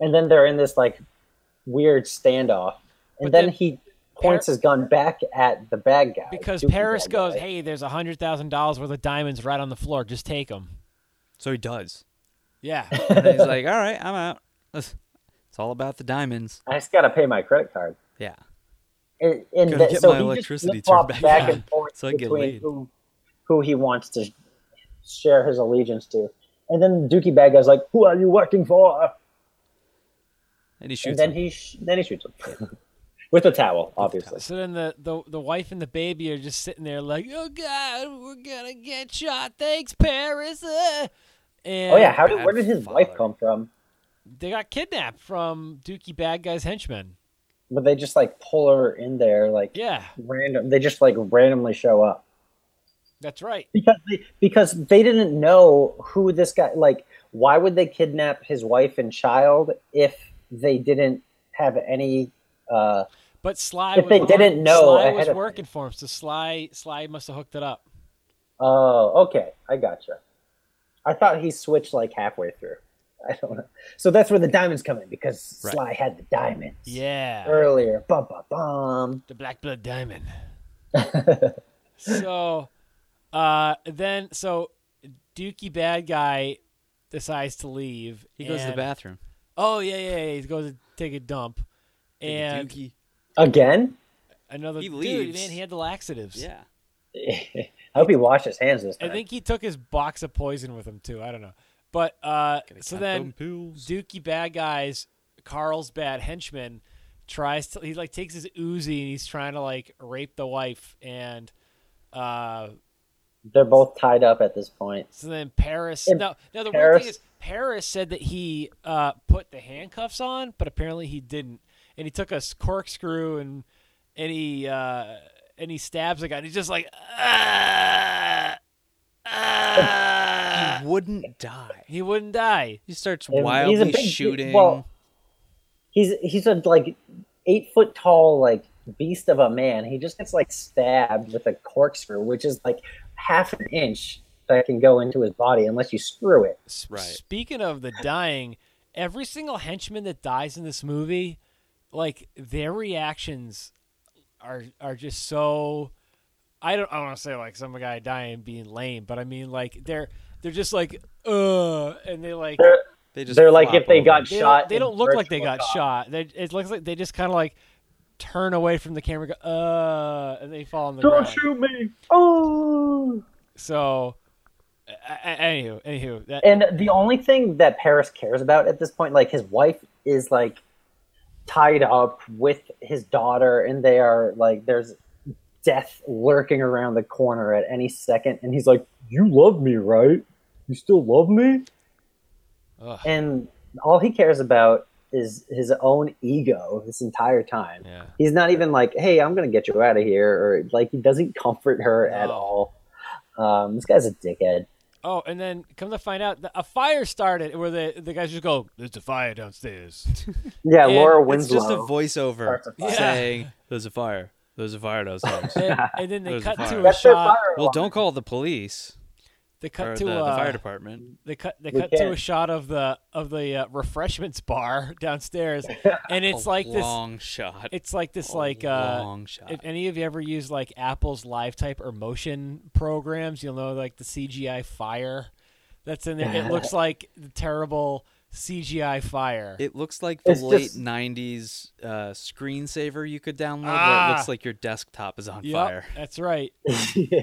and then they're in this like weird standoff, and But then, then he points Par- his gun back at the bad guy because Dookie Paris bad goes, guy. "Hey, there's a hundred thousand dollars worth of diamonds right on the floor. Just take them." So he does. Yeah, And then he's like, "All right, I'm out. It's all about the diamonds." I just got to pay my credit card." Yeah. and, and Gotta that, get so my he electricity just flip-flops turned back back, on and forth so I can get between laid. who, who he wants to share his allegiance to. And then Dookie Bad Guy's like, "Who are you working for?" And he shoots. And then him. he sh- then he shoots him with a towel, obviously. So then the, the the wife and the baby are just sitting there like, oh god, we're gonna get shot. Thanks, Paris. uh." And Oh yeah, how did, Bad where did his wife father. come from? they got kidnapped from Dookie Bad Guy's henchmen. But they just like pull her in there, like Yeah, random. They just like randomly show up that's right. because they, because they didn't know who this guy. Like, why would they kidnap his wife and child if they didn't have any? Uh, But Sly If was they wor- didn't know Sly ahead was of- working for him, so Sly Sly must have hooked it up. Oh, okay. I gotcha. I thought he switched like halfway through. I don't know. So that's where the diamonds come in because Right. Sly had the diamonds Yeah, earlier. Bum bum bum. the Black Blood Diamond. so, uh, then so Dookie Bad Guy decides to leave. He goes to the and- bathroom. Oh yeah, yeah, yeah. He goes to take a dump, and Dookie. Again? another He dude. leaves. Man, he had the laxatives. Yeah. I hope he washed his hands this I time. think he took his box of poison with him too. I don't know, but uh, so then Dookie bad guys, Carl's bad henchman, tries to he like takes his Uzi and he's trying to like rape the wife, and uh, They're both tied up at this point. so then Paris. And No, no, the weird Paris- thing is Paris said that he uh, put the handcuffs on, but apparently he didn't, and he took a s- corkscrew and and he uh, and he stabs a guy. And he's just like. "Ah, ah." he wouldn't die. He wouldn't die. He starts he's a wildly big- shooting. well- He's he's a like eight foot tall like beast of a man. He just gets like stabbed with a corkscrew, which is like half an inch that can go into his body unless you screw it. S- Right. Speaking of the dying, every single henchman that dies in this movie, like their reactions are are just so. I don't. I don't want to say like some guy dying being lame, but I mean like they're they're just like uh, and they like They're- they just They're like flop if they over. got they shot. don't, they in don't look like they virtual got cop. shot. They, it looks like they just kind of like turn away from the camera, go, uh, and they fall on the ground. me! Oh. So, a- a- anywho, anywho, that, And the only thing that Paris cares about at this point, like his wife is like tied up with his daughter, and they are like there's death lurking around the corner at any second, and he's like, "You love me, right? You still love me?" Ugh. And all he cares about is his own ego this entire time. yeah. He's not even like, "Hey, I'm gonna get you out of here," or like he doesn't comfort her at No. all. Um, this guy's a dickhead. Oh, and then come to find out, that a fire started where the the guys just go, "There's a fire downstairs." Yeah, And Laura It's Winslow. just a voiceover Starts a fire. saying, "There's a fire. There's a fire downstairs." and, and then they There's a cut fire. to a That's their shot. fire well, alarm. don't call the police They or cut the, to uh, the fire a department. they cut they We cut to a can't. shot of the of the uh, refreshments bar downstairs, and it's A like this. long shot. It's like this, A like uh, long shot. if any of you ever use like Apple's Live Type or motion programs, you'll know like the CGI fire that's in there. It looks like the terrible CGI fire. it looks like the It's late just- '90s uh, screensaver you could download. where Ah. it looks like your desktop is on Yep, fire, that's right. yeah.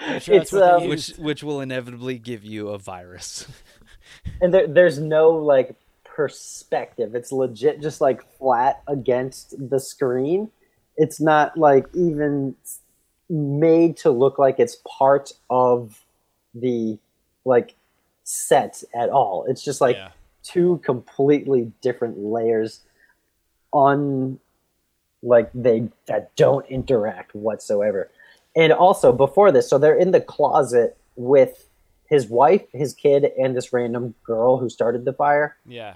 I'm sure that's It's, what they um, used. which which will inevitably give you a virus. And there, there's no like perspective. It's legit just like flat against the screen. It's not like even made to look like it's part of the like set at all. It's just like Yeah. two completely different layers on like they that don't interact whatsoever. And also before this, so they're in the closet with his wife, his kid, and this random girl who started the fire. Yeah.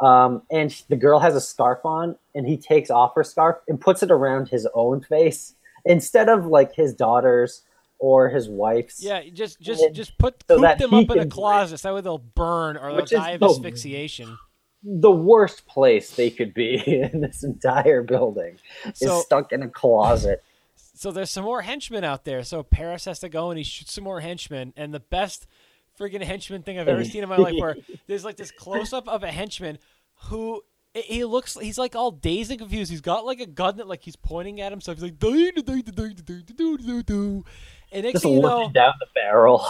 Um, and sh- the girl has a scarf on, and he takes off her scarf and puts it around his own face instead of like his daughter's or his wife's. Yeah, just just then- just put so coop that them he up in a can- closet. So that way they'll burn or they'll Which is die of the- asphyxiation. The worst place they could be in this entire building So- is stuck in a closet. So there's some more henchmen out there. So Paris has to go and he shoots some more henchmen. And the best friggin' henchman thing I've ever seen in my life, where there's like this close up of a henchman who he- he looks he's like all dazed and confused. He's got like a gun that like he's pointing at himself. He's like "Doo, doo, doo, doo, doo, doo, doo, doo, doo." and next Just thing you looking know, down the barrel.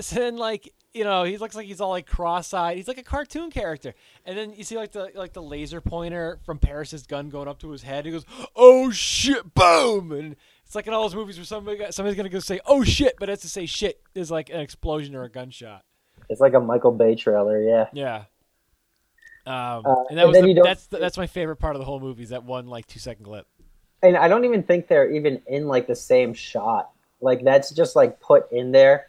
so then like you know he looks like he's all like cross-eyed he's like a cartoon character and then you see like the like the laser pointer from paris's gun going up to his head he goes oh shit boom and it's like in all those movies where somebody got, somebody's gonna go say oh shit but it's to say shit is like an explosion or a gunshot it's like a Michael Bay trailer, yeah. yeah um, Uh, and that and was then the- you don't- that's the, that's my favorite part of the whole movie is that one like two second clip and I don't even think they're even in like the same shot. Like that's just like put in there.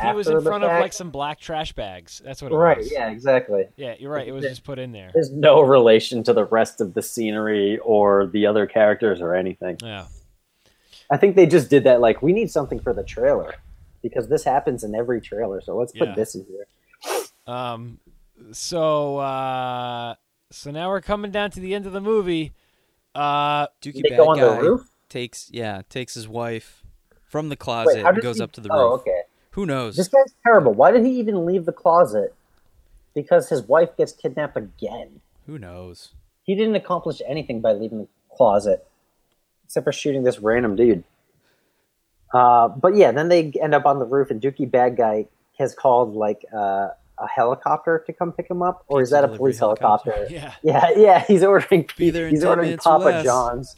he was after in the front of fact. like some black trash bags that's what it right. was Yeah, exactly. yeah you're right it was just put in there There's no relation to the rest of the scenery or the other characters or anything. yeah I think they just did that. Like we need something for the trailer because this happens in every trailer. So let's Yeah. put this in here. Um, so uh, so now we're coming down to the end of the movie. Uh, Dookie They bad go on the guy roof? takes yeah takes his wife from the closet how and did goes he- up to the oh, roof. okay. Who knows? This guy's terrible. Why did he even leave the closet? Because his wife gets kidnapped again. Who knows? He didn't accomplish anything by leaving the closet, except for shooting this random dude. Uh, but yeah, then they end up on the roof, and Dookie Bad Guy has called like uh, a helicopter to come pick him up, or is Pizza that a delivery police helicopter. helicopter? yeah, Yeah, yeah, he's ordering Be there in he's 10 ordering minutes or Papa less. John's.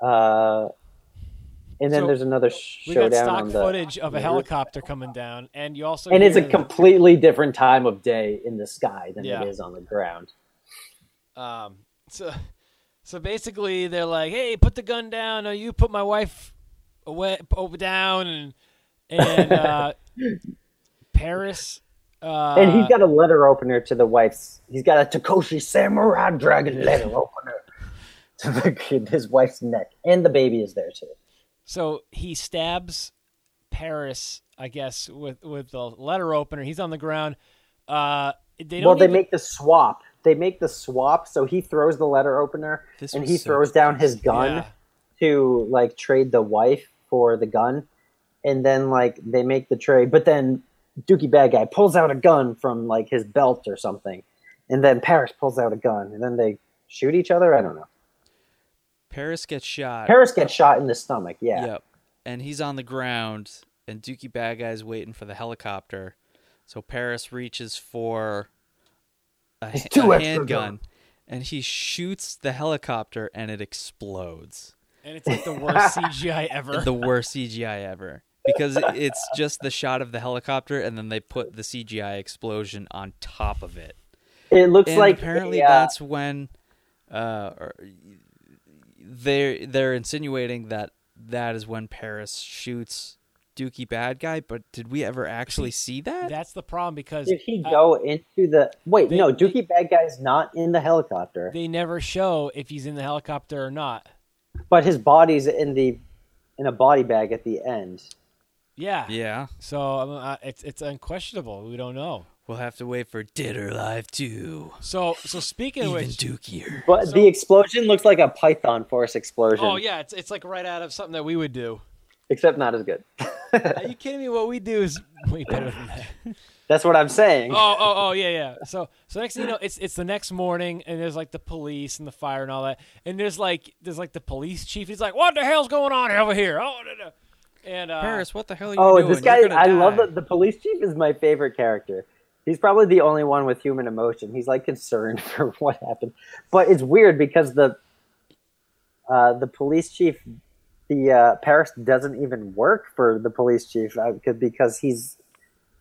Uh, and then So, there's another we showdown got stock on the, footage of a on the roof. helicopter coming down, and you also and it's a hear- completely different time of day in the sky than Yeah. it is on the ground. um. So so basically, they're like, "Hey, put the gun down, or you put my wife away over down," and and uh, Paris. Uh, and he's got a letter opener to the wife's. He's got a Takoshi Samurai Dragon letter opener to the kid, his wife's neck, and the baby is there too. So he stabs Paris, I guess, with with the letter opener. He's on the ground. Uh, they don't well, they even- make the swap. They make the swap, so he throws the letter opener, This and was he so throws down his gun Yeah. to like trade the wife for the gun, and then like they make the trade, but then Dookie Bad Guy pulls out a gun from like his belt or something, and then Paris pulls out a gun, and then they shoot each other. I don't know. Paris gets shot. Paris gets shot in the stomach. Yeah. Yep. And he's on the ground, and Dookie Bad Guy's waiting for the helicopter. So Paris reaches for a, ha- two a extra handgun, and he shoots the helicopter, and it explodes. and it's like the worst CGI ever. The worst CGI ever. Because it- it's just the shot of the helicopter, and then they put the CGI explosion on top of it. It looks and like apparently yeah, that's when uh, or- they're they're insinuating that that is when Paris shoots Dookie bad guy. But did we ever actually see that? That's the problem because Did he uh, go into the wait? they- no, Dookie Bad Guy's not in the helicopter, they never show if he's in the helicopter or not. but his body's in the in a body bag at the end. Yeah. yeah, So um, uh, it's it's unquestionable. We don't know. we'll have to wait for Dead or Alive two. So so speaking of Even which, Dookier. But the explosion looks like a Python force explosion. oh yeah, it's it's like right out of something that we would do. except not as good. Are you kidding me? What we do is way better than that. That's what I'm saying. oh, oh, oh, yeah, yeah. So, so next thing you know, it's it's the next morning, and there's like the police and the fire and all that, and there's like there's like the police chief. He's like, "What the hell's going on over here?" Oh, no, no. and uh, Paris, what the hell are you Oh, doing? this You're guy! gonna I love die. that the police chief is my favorite character He's probably the only one with human emotion. He's like concerned for what happened, but it's weird because the uh, the police chief, the uh, Paris doesn't even work for the police chief uh, because because he's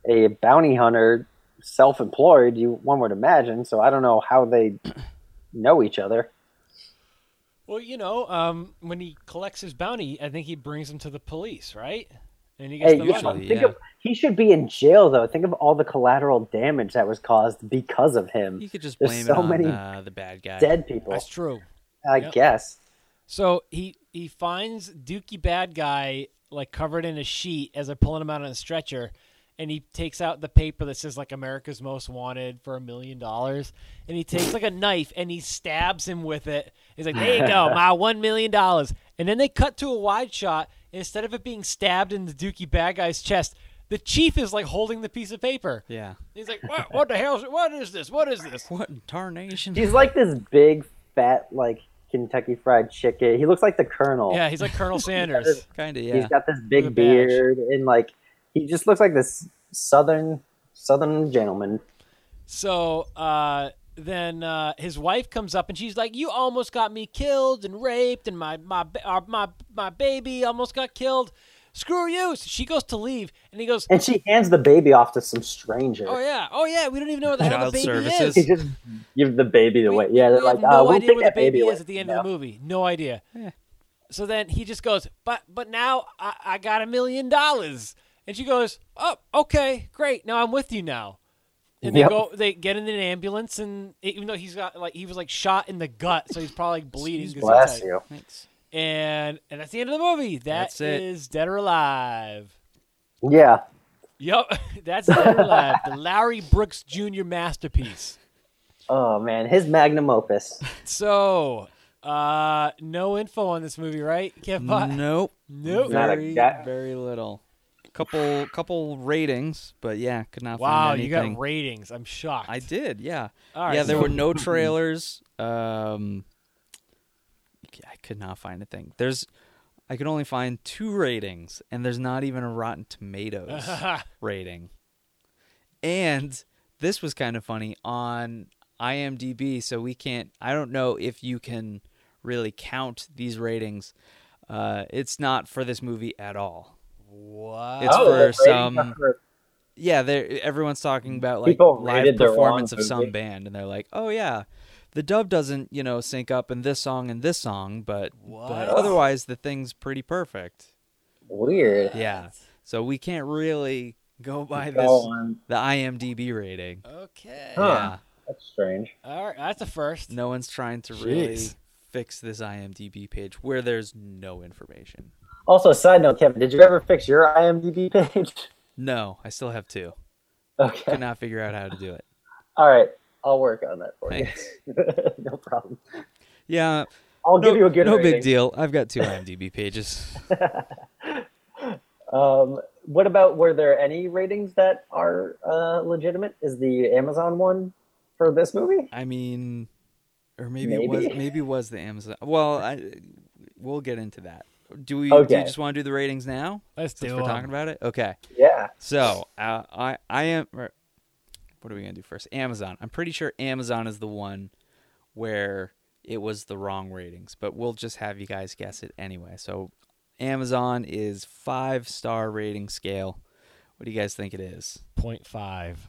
a bounty hunter, self-employed. You one would imagine. So I don't know how they know each other. Well, you know, um, when he collects his bounty, I think he brings him to the police, right? And he gets Hey, the you- money. Usually, think yeah. of he should be in jail though. Think of all the collateral damage that was caused because of him. You could just There's blame so it on many uh, the bad guy. Dead people, That's true. I yep. guess. So he he finds Dookie bad guy like covered in a sheet as they're pulling him out on a stretcher, and he takes out the paper that says like America's Most Wanted for a million dollars, and he takes like a knife and he stabs him with it. He's like, "There you go, my one million dollars." And then they cut to a wide shot. And instead of it being stabbed in the Dookie bad guy's chest, the chief is like holding the piece of paper. Yeah. He's like, "What? What the hell? is- What is this? What is this?" What in tarnation? He's like this big, fat, like Kentucky Fried Chicken. He looks like the Colonel. Yeah, he's like Colonel Sanders. Kind of, He's yeah. got this With a big badge. beard and like he just looks like this southern southern gentleman. So uh, then uh, his wife comes up and she's like, "You almost got me killed and raped, and my my ba- uh, my my baby almost got killed. Screw you!" So she goes to leave, and he goes, And she hands the baby off to some stranger. "Oh yeah, oh yeah, we don't even know where the hell the Child baby services. is." He just give the baby We- away. yeah, they're we like, have oh, no we'll idea take where the that baby away is at the end from of you. the movie. No idea. So then he just goes, but but now I, I got a million dollars, and she goes, oh okay, great, now I'm with you now. And they Yep. go, they get in an ambulance, and e, even though he's got like he was like shot in the gut, so he's probably like, bleeding. 'cause he's, Bless like- you. Thanks. And and that's the end of the movie. That That's it. is Dead or Alive. Yeah. Yep, that's Dead or Alive, the Larry Brooks Jr. masterpiece. Oh man, his magnum opus. So, uh, no info on this movie, right? Can't find. Nope. Nope. Not a Very, guy. very little. Couple, couple ratings, but yeah, could not Wow, find you anything. got ratings. I'm shocked. I did, yeah. All right, yeah, there so- were no trailers. Um, I could not find a thing. There's, I could only find two ratings, and there's not even a Rotten Tomatoes rating. And this was kind of funny on IMDb, so we can't. I don't know if you can really count these ratings. Uh, it's not for this movie at all. What? It's Oh, for that's great. some yeah, they everyone's talking about like People live rated their own performance of movie. some band, and they're like, "Oh yeah, the dub doesn't you know sync up in this song and this song, but What? but otherwise the thing's pretty perfect." Weird. Yeah, so we can't really go by this Oh, Go on. the IMDb rating. Okay. Huh. Yeah, That's strange. All right, that's a first. no one's trying to really Jeez. fix this IMDb page where there's no information. Also, side note, Kevin, did you ever fix your IMDb page? No, I still have two. okay. Could not figure out how to do it. All right. I'll work on that for Thanks. you. no problem. Yeah, I'll no, give you a good no rating. big deal. I've got two IMDb pages. Um, what about were there any ratings that are uh, legitimate? Is the Amazon one for this movie? I mean, or maybe, it was Maybe. maybe it was the Amazon. Well, I we'll get into that. Do we? Do Okay. you just want to do the ratings now? Let's Since do we're it. talking about it. Okay. Yeah. So uh, I I am. or- What are we gonna do first? Amazon. I'm pretty sure Amazon is the one where it was the wrong ratings, but we'll just have you guys guess it anyway. So Amazon is five star rating scale. What do you guys think it is? Point five.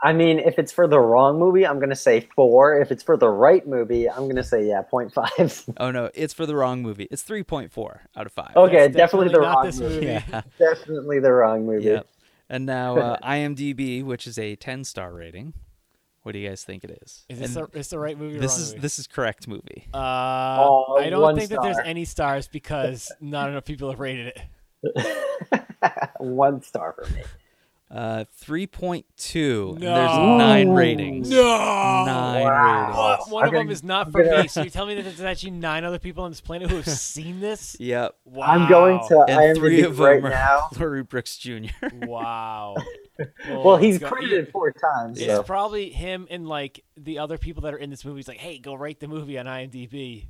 I mean, if it's for the wrong movie, I'm gonna say four. If it's for the right movie, I'm gonna say yeah, point five. Oh no, it's for the wrong movie. It's three point four out of five. okay, That's definitely, the not wrong this movie. movie. Definitely the wrong movie. Yep. And now uh, IMDb, which is a 10 star rating. What do you guys think it is? Is this And the, is the right movie? Or this wrong is movie? this is correct movie. Uh, Oh, I don't one think that star. there's any stars because not enough people have rated it. One star for me. Uh, 3.2. and there's No. nine ratings. No. Nine ratings. What? One I'm of them gonna- is not I'm for gonna- me. So you tell me that there's actually nine other people on this planet who have seen this? Yep. Wow. I'm going to And IMDb three of them right are now. Larry Brooks Jr. Wow. Well, he's God. credited four times. It's So. probably him and like the other people that are in this movie. He's like, hey, go rate the movie on IMDb.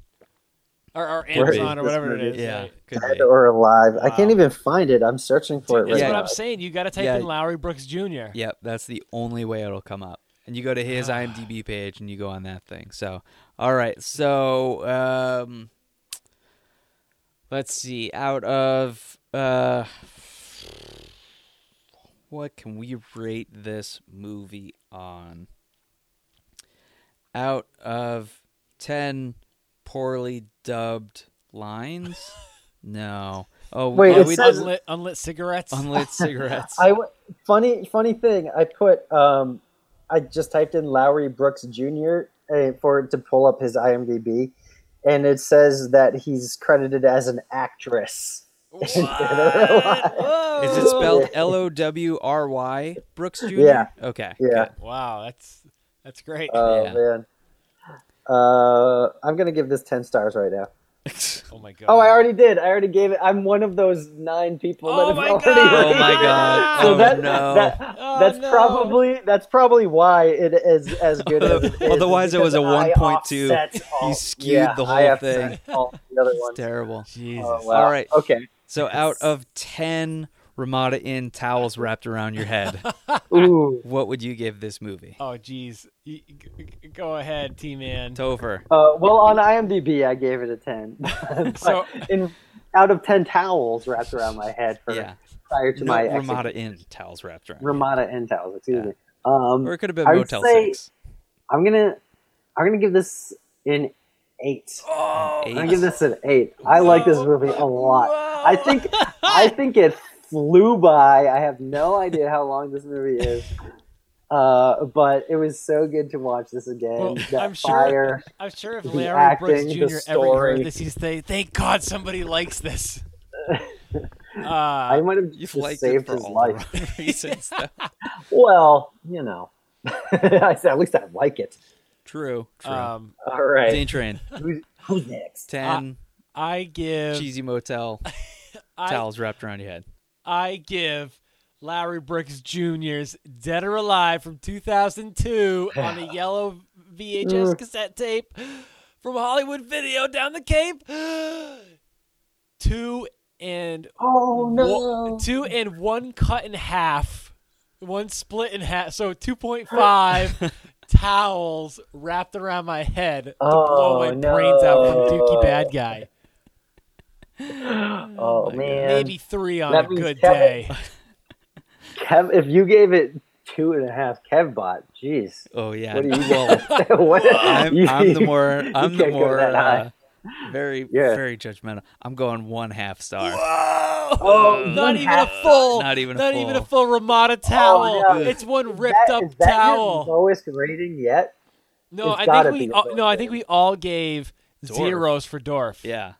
or, or Amazon or this whatever it is. movie? Yeah, right? could Dead be. Um, or alive. I can't Wow. even find it. I'm searching for it That's right what now. I'm saying. You got to type Yeah. in Lowry Brooks Jr. Yep, that's the only way it'll come up. And you go to his IMDb page and you go on that thing. So, all right. So, um, let's see. Out of uh, what can we rate this movie on? Out of ten poorly dubbed lines? no. Oh, Wait, oh, it we says- Unlit, unlit cigarettes. unlit cigarettes. I w- funny funny thing. I put um, I just typed in Lowry Brooks Jr. uh, for it to pull up his IMDb, and it says that he's credited as an actress. Is it spelled L O W R Y Brooks Jr.? Oh. Yeah. Okay. Yeah. Wow, that's that's great. Oh Yeah. man. Uh, I'm gonna give this ten stars right now. oh my god. Oh, I already did. I already gave it. I'm one of those nine people Oh that my have already. God. Oh my god. So oh that, no. that- Oh, that's no. probably that's probably why it is as good as it is. Otherwise it was a because I 1.2. offset all- You skewed the I whole offset all the other It's ones. terrible. Jesus. Oh, wow. All right. Okay. So out of 10 Ramada Inn towels wrapped around your head, Ooh. what would you give this movie? Oh geez. Y- y- g- Go ahead, T man. Topher. Uh, well, on IMDb, I gave it a ten. But So- in out of ten towels wrapped around my head for Yeah. prior to No my execution. Ramada Inn towels wrapped around. Ramada and towels. Excuse Yeah. me. Um, Or it could have been I would Motel say- 6. I'm gonna I'm gonna give this an eight. I'm gonna give Eight. this an eight. I like this movie a lot. I think I think it flew by. I have no idea how long this movie is. Uh, but it was so good to watch this again. Well, that I'm sure- fire. I'm sure if The Larry acting, Brooks the Jr. ever heard story. this, he's say, "Thank God somebody likes this." Uh, I might have You've just liked it saved for his all life. the wrong reasons. though. Well, you know. I said at least I like it. True. True. um, All right. Zane Train. Who's, who's next? 10 I give cheesy motel I, towels wrapped around your head. I give Larry Brooks Jr.'s Dead or Alive from 2002 on a yellow VHS cassette tape from Hollywood Video down the Cape. Two and Oh Wo- no. two and one cut in half, one split in half. So two point five towels wrapped around my head to blow Oh, my brains out from Dookie no. Bad Guy. Oh man. Maybe three on that a means good Kevin- day. Kev, if you gave it two and a half Kevbot, jeez. Oh yeah. What do you- well, What- you- I'm, I'm the more I'm the can't go more that high. uh, very Yeah. very judgmental. I'm going one half star. Oh, Not one even half- Oh, a full. Not even a not full. even a full Ramada towel. no. It's one Is ripped that- up is that towel. Your lowest rating yet? no, it's I gotta think we. be All, Dorf. no, I think we all gave Dorf. zeros for Dorf. Yeah,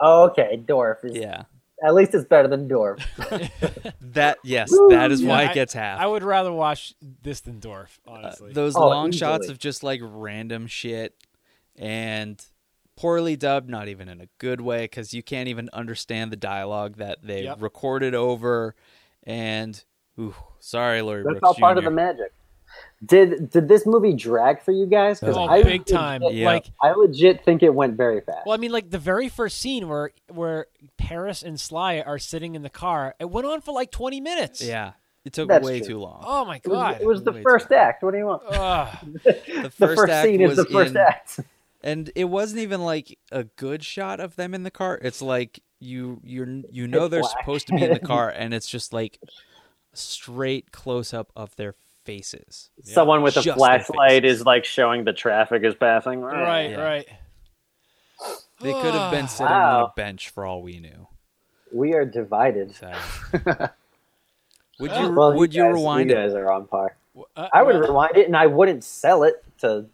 Oh, okay, Dorf. Is, yeah. At least it's better than Dorf. That yes, that is Yeah, why I- it gets half. Uh, I would rather watch this than Dorf, honestly. Those Oh, long shots easily. of just like random shit and poorly dubbed, not even in a good way, because you can't even understand the dialogue that they Yep. recorded over. And ooh, sorry, Larry That's Brooks all part of Jr.. the magic. Did did this movie drag for you guys? Because Oh, I big legit- time. Yeah. Like I legit think it went very fast. Well, I mean, like the very first scene where where Paris and Sly are sitting in the car, it went on for like twenty minutes. Yeah, it took That's way true. too long. Oh my it was, god. it was the Way first act. What do you want? Ugh. The the first, first act scene was is the first in, act. and it wasn't even like a good shot of them in the car it's like you you're you know they're black. supposed to be in the car and it's just like straight close up of their faces Someone with a Just their flashlight faces. is, like showing the traffic is passing. right, Yeah. right. they could have been sitting on a Wow. bench for all we knew We are divided. so would you Well, would you guys- rewind You it guys are on par. Uh, I would well, rewind it, and I wouldn't sell it to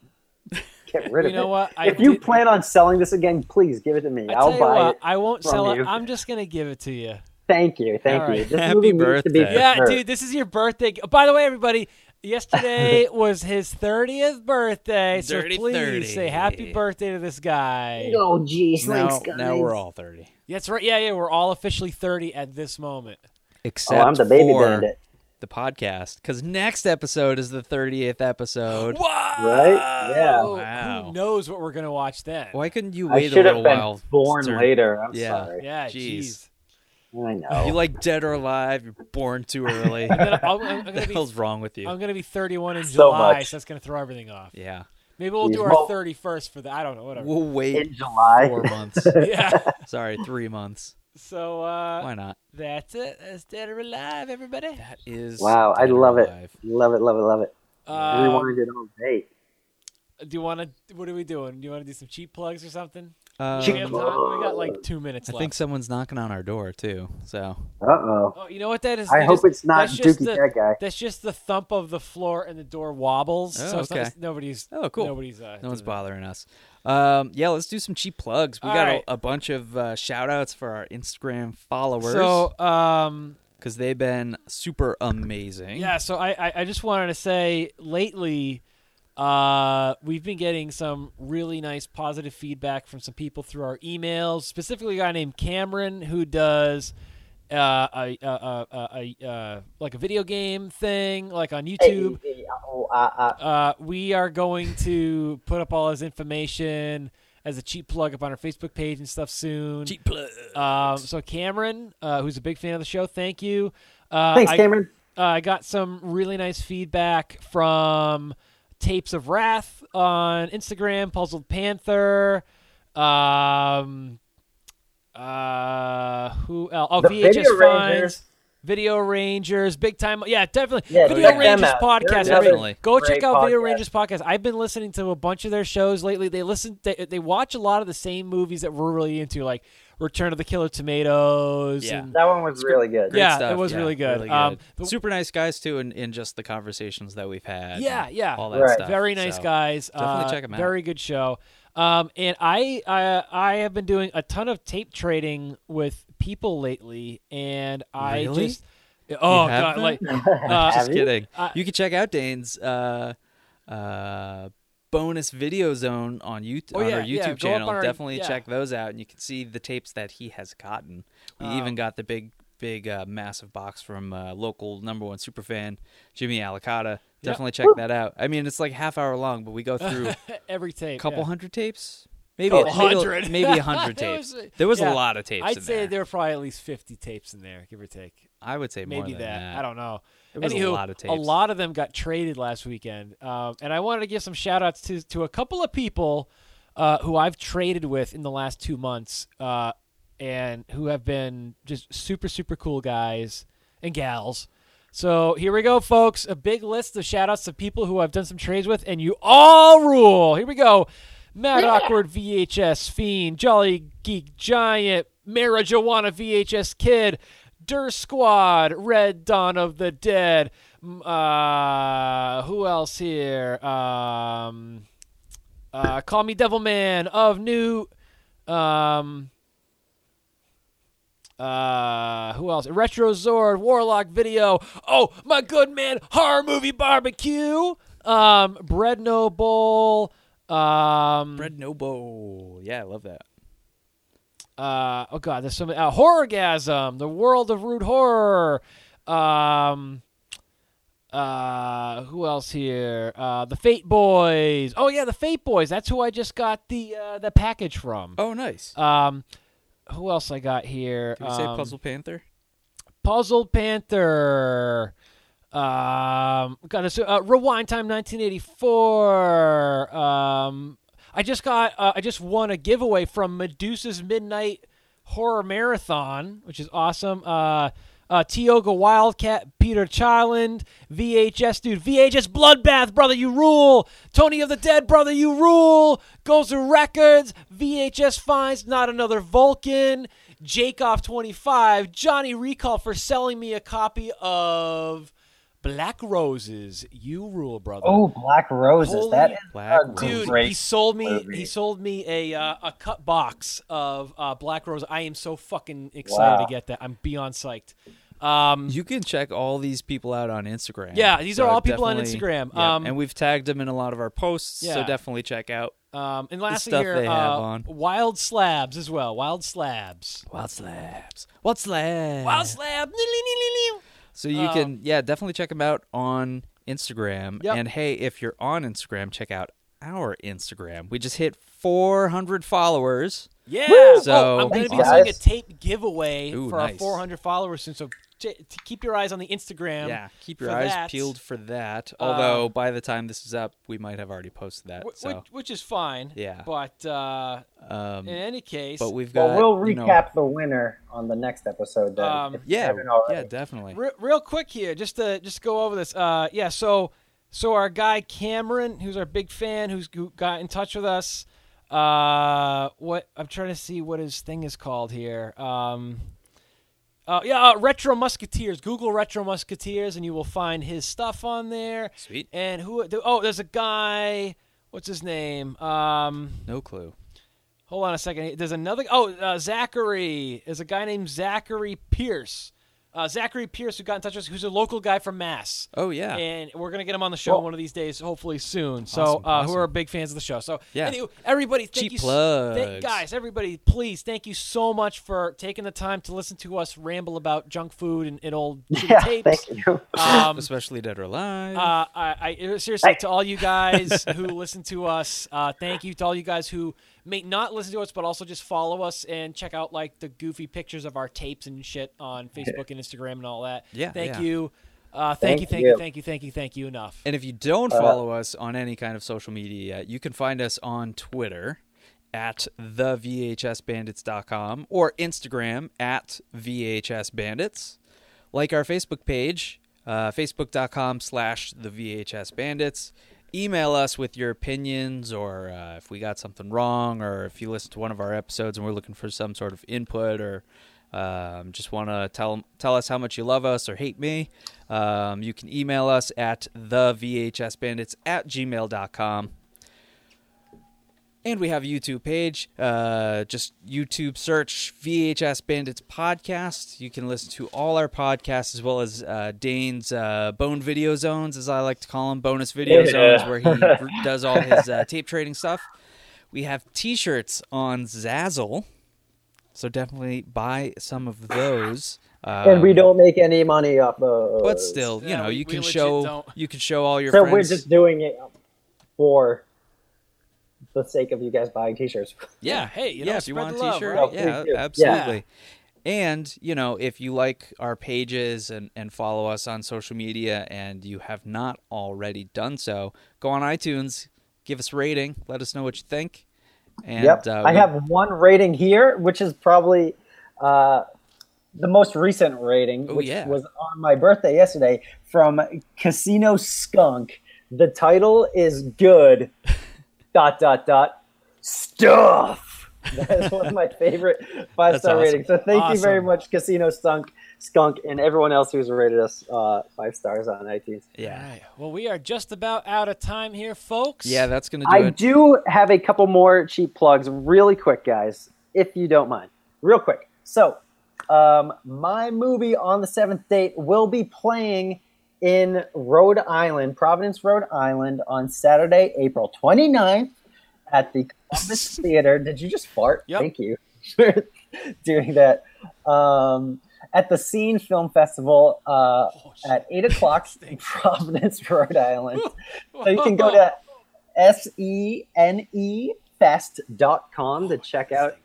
get rid of You know it. what? I if you did- plan on selling this again, please give it to me. I I'll tell you buy what, it. I won't from sell it. you. I'm just gonna give it to you. Thank you, thank All you. right. This Happy movie needs to be birthday. Yeah, preserved. dude, this is your birthday. By the way, everybody, yesterday was his thirtieth birthday. So Dirty please 30. say happy birthday to this guy. Oh, jeez. now, Thanks, guys. now we're all 30 Oh, That's right. Yeah, yeah, we're all officially thirty at this moment. except oh, I'm the baby for bandit. the podcast because next episode is the 30th episode. Right? Yeah. Oh. Wow. Who knows what we're gonna watch then? Why couldn't you I wait a should little have been while? born Stern? later. I'm Yeah. sorry. Yeah, Jeez. jeez. I You know. like dead or alive? You're born too early. I'm gonna, what I'm, I'm the gonna be hell's wrong with you? I'm gonna be 31 in So July, much. so that's gonna throw everything off. Yeah, Maybe we'll do Well- our 31st for the I don't know whatever. we'll wait In July. four months. yeah. Sorry, three months. So uh, Why not? that's it. That's dead or alive, everybody. That is Wow, I Dead or love it. Alive. Love it, love it, love it. Um, Rewind it all day. do you want to? What are we doing? Do you want to do some cheap plugs or something? Um, we, have time? we got like two minutes I left. think someone's knocking on our door too. So Uh oh. Oh, you know what that is? I They hope just- it's not that's just Dookie the- Cat Guy. That's just the thump of the floor and the door wobbles. Oh, so it's not- okay. nobody's. Oh, cool. Nobody's. Uh, no one's doing- bothering us. Um, yeah, let's do some cheap plugs. We All got right. a, a bunch of uh, shout outs for our Instagram followers So um, because they've been super amazing. Yeah, so I, I, I just wanted to say lately, uh, we've been getting some really nice positive feedback from some people through our emails, specifically a guy named Cameron who does uh, a, a, a, a, a, uh like a video game thing, like on YouTube Hey, hey, oh, uh, uh, uh, we are going to put up all his information as a cheap plug up on our Facebook page and stuff soon. Cheap plug. Um, so Cameron, uh, who's a big fan of the show, thank you. Uh, Thanks, I- Cameron. uh, I got some really nice feedback from Tapes of Wrath on Instagram, Puzzled Panther. Um, uh, who else? Oh, The VHS Video Finds. Rangers. Video Rangers, big time. Yeah, definitely. Yeah, Video check them Rangers out. They're podcast. another Definitely. Go great check out Video podcast. Rangers podcast. I've been listening to a bunch of their shows lately. They listen, they, they watch a lot of the same movies that we're really into, like Return of the Killer Tomatoes. Yeah. and- That one was really good. Great Yeah, stuff. it was really good. Um, the- Super nice guys too, in, in just the conversations that we've had. yeah, and yeah. all that Right. stuff. Very nice So, guys. definitely Uh, check 'em out. Very good show. Um, and I, I I have been doing a ton of tape trading with people lately, and I Really? just oh have god, been? like uh, Just Have you? kidding. I- you can check out Dane's uh, uh, bonus video zone on YouTube Oh, on yeah, our YouTube yeah, go up channel. on our- Definitely yeah. check those out, and you can see the tapes that he has gotten. We Oh. even got the big, big, uh, massive box from uh, local number one superfan Jimmy Alicata. Definitely check that out. I mean, it's like half hour long, but we go through every tape, couple yeah. hundred tapes, maybe Couple a little- hundred. maybe a hundred It tapes. was- there was yeah. a lot of tapes. I'd in say there. there are probably at least fifty tapes in there, give or take. I would say more Maybe than that. I don't know. There was a Anywho, lot of A tapes. lot of them got traded last weekend, um, and I wanted to give some shout outs to to a couple of people uh, who I've traded with in the last two months, uh, and who have been just super super cool guys and gals. So here we go, folks. A big list of shout outs to people who I've done some trades with, and you all rule. Here we go. Mad Awkward VHS Fiend, Jolly Geek Giant, Marijuana VHS Kid, Der Squad, Red Dawn of the Dead. m- Uh, who else here? Um, uh, Call Me Devil Man of New. Um, uh, who else? Retro Zord, Warlock Video. Oh, my good man, Horror Movie Barbecue. Um, Bread No Bowl. Um, Bread Nobo. Yeah, I love that. uh, oh god, there's some uh, horrorgasm, the world of rude horror. Um, uh, who else here? Uh, the Fate Boys. Oh yeah, the Fate Boys. That's who I just got the uh, the package from. Oh, nice. Um, who else I got here? Did we say Um, Puzzle Panther? Puzzle Panther. Um, got this, uh, rewind time 1984. Um, I just got uh, I just won a giveaway from Medusa's Midnight Horror Marathon, which is awesome. Uh, uh, Tioga Wildcat, Peter Chiland, VHS dude, VHS Bloodbath, brother, you rule. Tony of the Dead, brother, you rule. Goes to Records, VHS finds not another Vulcan. Jakeoff 25, Johnny Recall for selling me a copy of Black Roses. You rule, brother. Oh, Black Roses. Holy that is Black a Dude, great he sold me. movie. He sold me a uh, a cut box of uh, Black Rose. I am so fucking excited Wow. to get that. I'm beyond psyched. Um, You can check all these people out on Instagram. Yeah, these are all people on definitely- Instagram. yeah, Um, and we've tagged them in a lot of our posts, so Yeah. definitely check out um, and lastly, stuff here, they uh, have on. Wild Slabs as well. Wild Slabs. Wild Slabs. Wild Slabs. Wild Slab. So you can, yeah, definitely check them out on Instagram. Um, Yep. And hey, if you're on Instagram, check out our Instagram. We just hit 400 followers. Yeah. So- oh, I'm going to Thanks, be doing a guys. tape giveaway Ooh, for our nice. 400 followers soon. So j- t- keep your eyes on the Instagram. yeah, keep your for eyes that. peeled for that. Uh, Although by the time this is up, we might have already posted that. Wh- so, which, which is fine. Yeah. But uh, um, in any case, but we've got. Well, we'll you know- recap the winner on the next episode. Then, Um, if you yeah, haven't already. yeah, definitely. Re- real quick here, just to just go over this. Uh, yeah, so so our guy Cameron, who's our big fan, who's who got in touch with us. Uh, what I'm trying to see what his thing is called here. Um, uh, yeah, uh, Retro Musketeers. Google Retro Musketeers, and you will find his stuff on there. Sweet. And who? Oh, there's a guy. What's his name? Um, No clue. Hold on a second. There's another. Oh, uh, Zachary. There's a guy named Zachary Pierce. Uh, Zachary Pierce, who got in touch with us, who's a local guy from Mass. Oh yeah. And we're going to get him on the show Well- one of these days, hopefully soon. So, Awesome, uh, awesome. who are big fans of the show. So, Yeah. anyway, everybody, Cheap thank you. s- thank- plugs. guys, everybody, please, thank you so much for taking the time to listen to us ramble about junk food and, and old shitty Yeah, tapes. thank you. Um, Especially Dead or Alive. uh, I, I seriously to all you guys who listen to us, uh, thank you to all you guys who may not listen to us, but also just follow us and check out like the goofy pictures of our tapes and shit on Facebook and Instagram and all that. Yeah, thank yeah. you, uh, thank, Thank you, thank you, you. thank you, thank you, thank you. Enough. And if you don't follow us on any kind of social media yet, you can find us on Twitter at the VHSBandits.com or Instagram at VHSBandits. Like our Facebook page, uh, Facebook.com slash the VHS Bandits. Email us with your opinions or uh, if we got something wrong or if you listen to one of our episodes and we're looking for some sort of input or um, just want to tell tell us how much you love us or hate me, um, you can email us at the VHSBandits at gmail.com. And we have a YouTube page. Uh, just YouTube search VHS Bandits Podcast. You can listen to all our podcasts as well as uh, Dane's uh, Bone Video Zones, as I like to call them, bonus video Yeah. zones, where he r- does all his uh, tape trading stuff. We have t shirts on Zazzle. So definitely buy some of those. Um, and we don't make any money off of. But still, you Yeah, know, we- you we can legit show don't. you can show all your so friends. we're just doing it for the sake of you guys buying T-shirts. Yeah, Yeah, hey, you yeah, know, if you spread want the a love, t-shirt, right? yeah, Thank you. absolutely. And you know, if you like our pages and and follow us on social media, and you have not already done so, go on iTunes, give us a rating, let us know what you think. And yep, uh, I we- have one rating here, which is probably uh, the most recent rating, Oh, which yeah. was on my birthday yesterday from Casino Skunk. The title is good. dot dot dot stuff. That is one of my favorite five star awesome. ratings. So thank you very Awesome. much, Casino Skunk, Skunk, and everyone else who's rated us uh, five stars on iTunes. All yeah, right. Well, we are just about out of time here, folks. yeah, that's gonna do I it. do have a couple more cheap plugs, really quick, guys, if you don't mind. Real quick. So, um, my movie on the seventh date will be playing in Rhode Island, Providence, Rhode Island, on Saturday, April 29th at the Columbus Theater. Did you just fart? Yep. Thank you for doing that. Um, at the Scene Film Festival uh, at 8 o'clock in Providence, Rhode Island. so you can go to E senefest.com to check out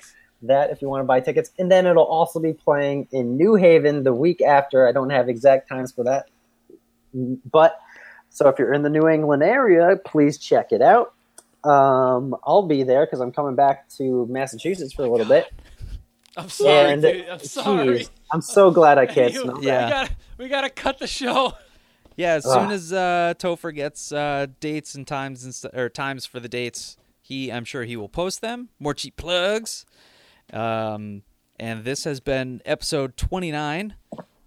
that if you want to buy tickets. And then it'll also be playing in New Haven the week after. I don't have exact times for that. But so if you're in the New England area, please check it out. Um, I'll be there because I'm coming back to Massachusetts for a little bit. I'm sorry, and dude. I'm sorry. Jeez, I'm so glad I can't You- smell that. Yeah. We gotta, we gotta cut the show. Yeah, as soon Ugh. as uh, Topher gets uh, dates and times and st- or times for the dates, he I'm sure he will post them. More cheap plugs. Um, and this has been episode 29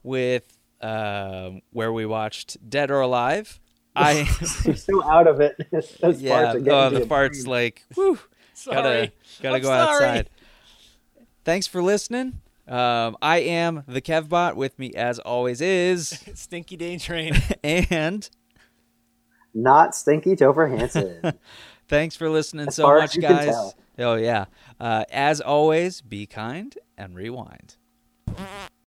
with uh, where we watched Dead or Alive. I I'm so out of it. Those yeah, farts are getting oh, to the you. farts like whew, Sorry. gotta gotta I'm go sorry. outside. Thanks for listening. Um, I am the Kevbot. With me, as always, is Stinky Dane Train. and. Not Stinky Topher Hansen. Thanks for listening As so far as much, you can guys. tell. Oh, yeah. Uh, as always, be kind and rewind.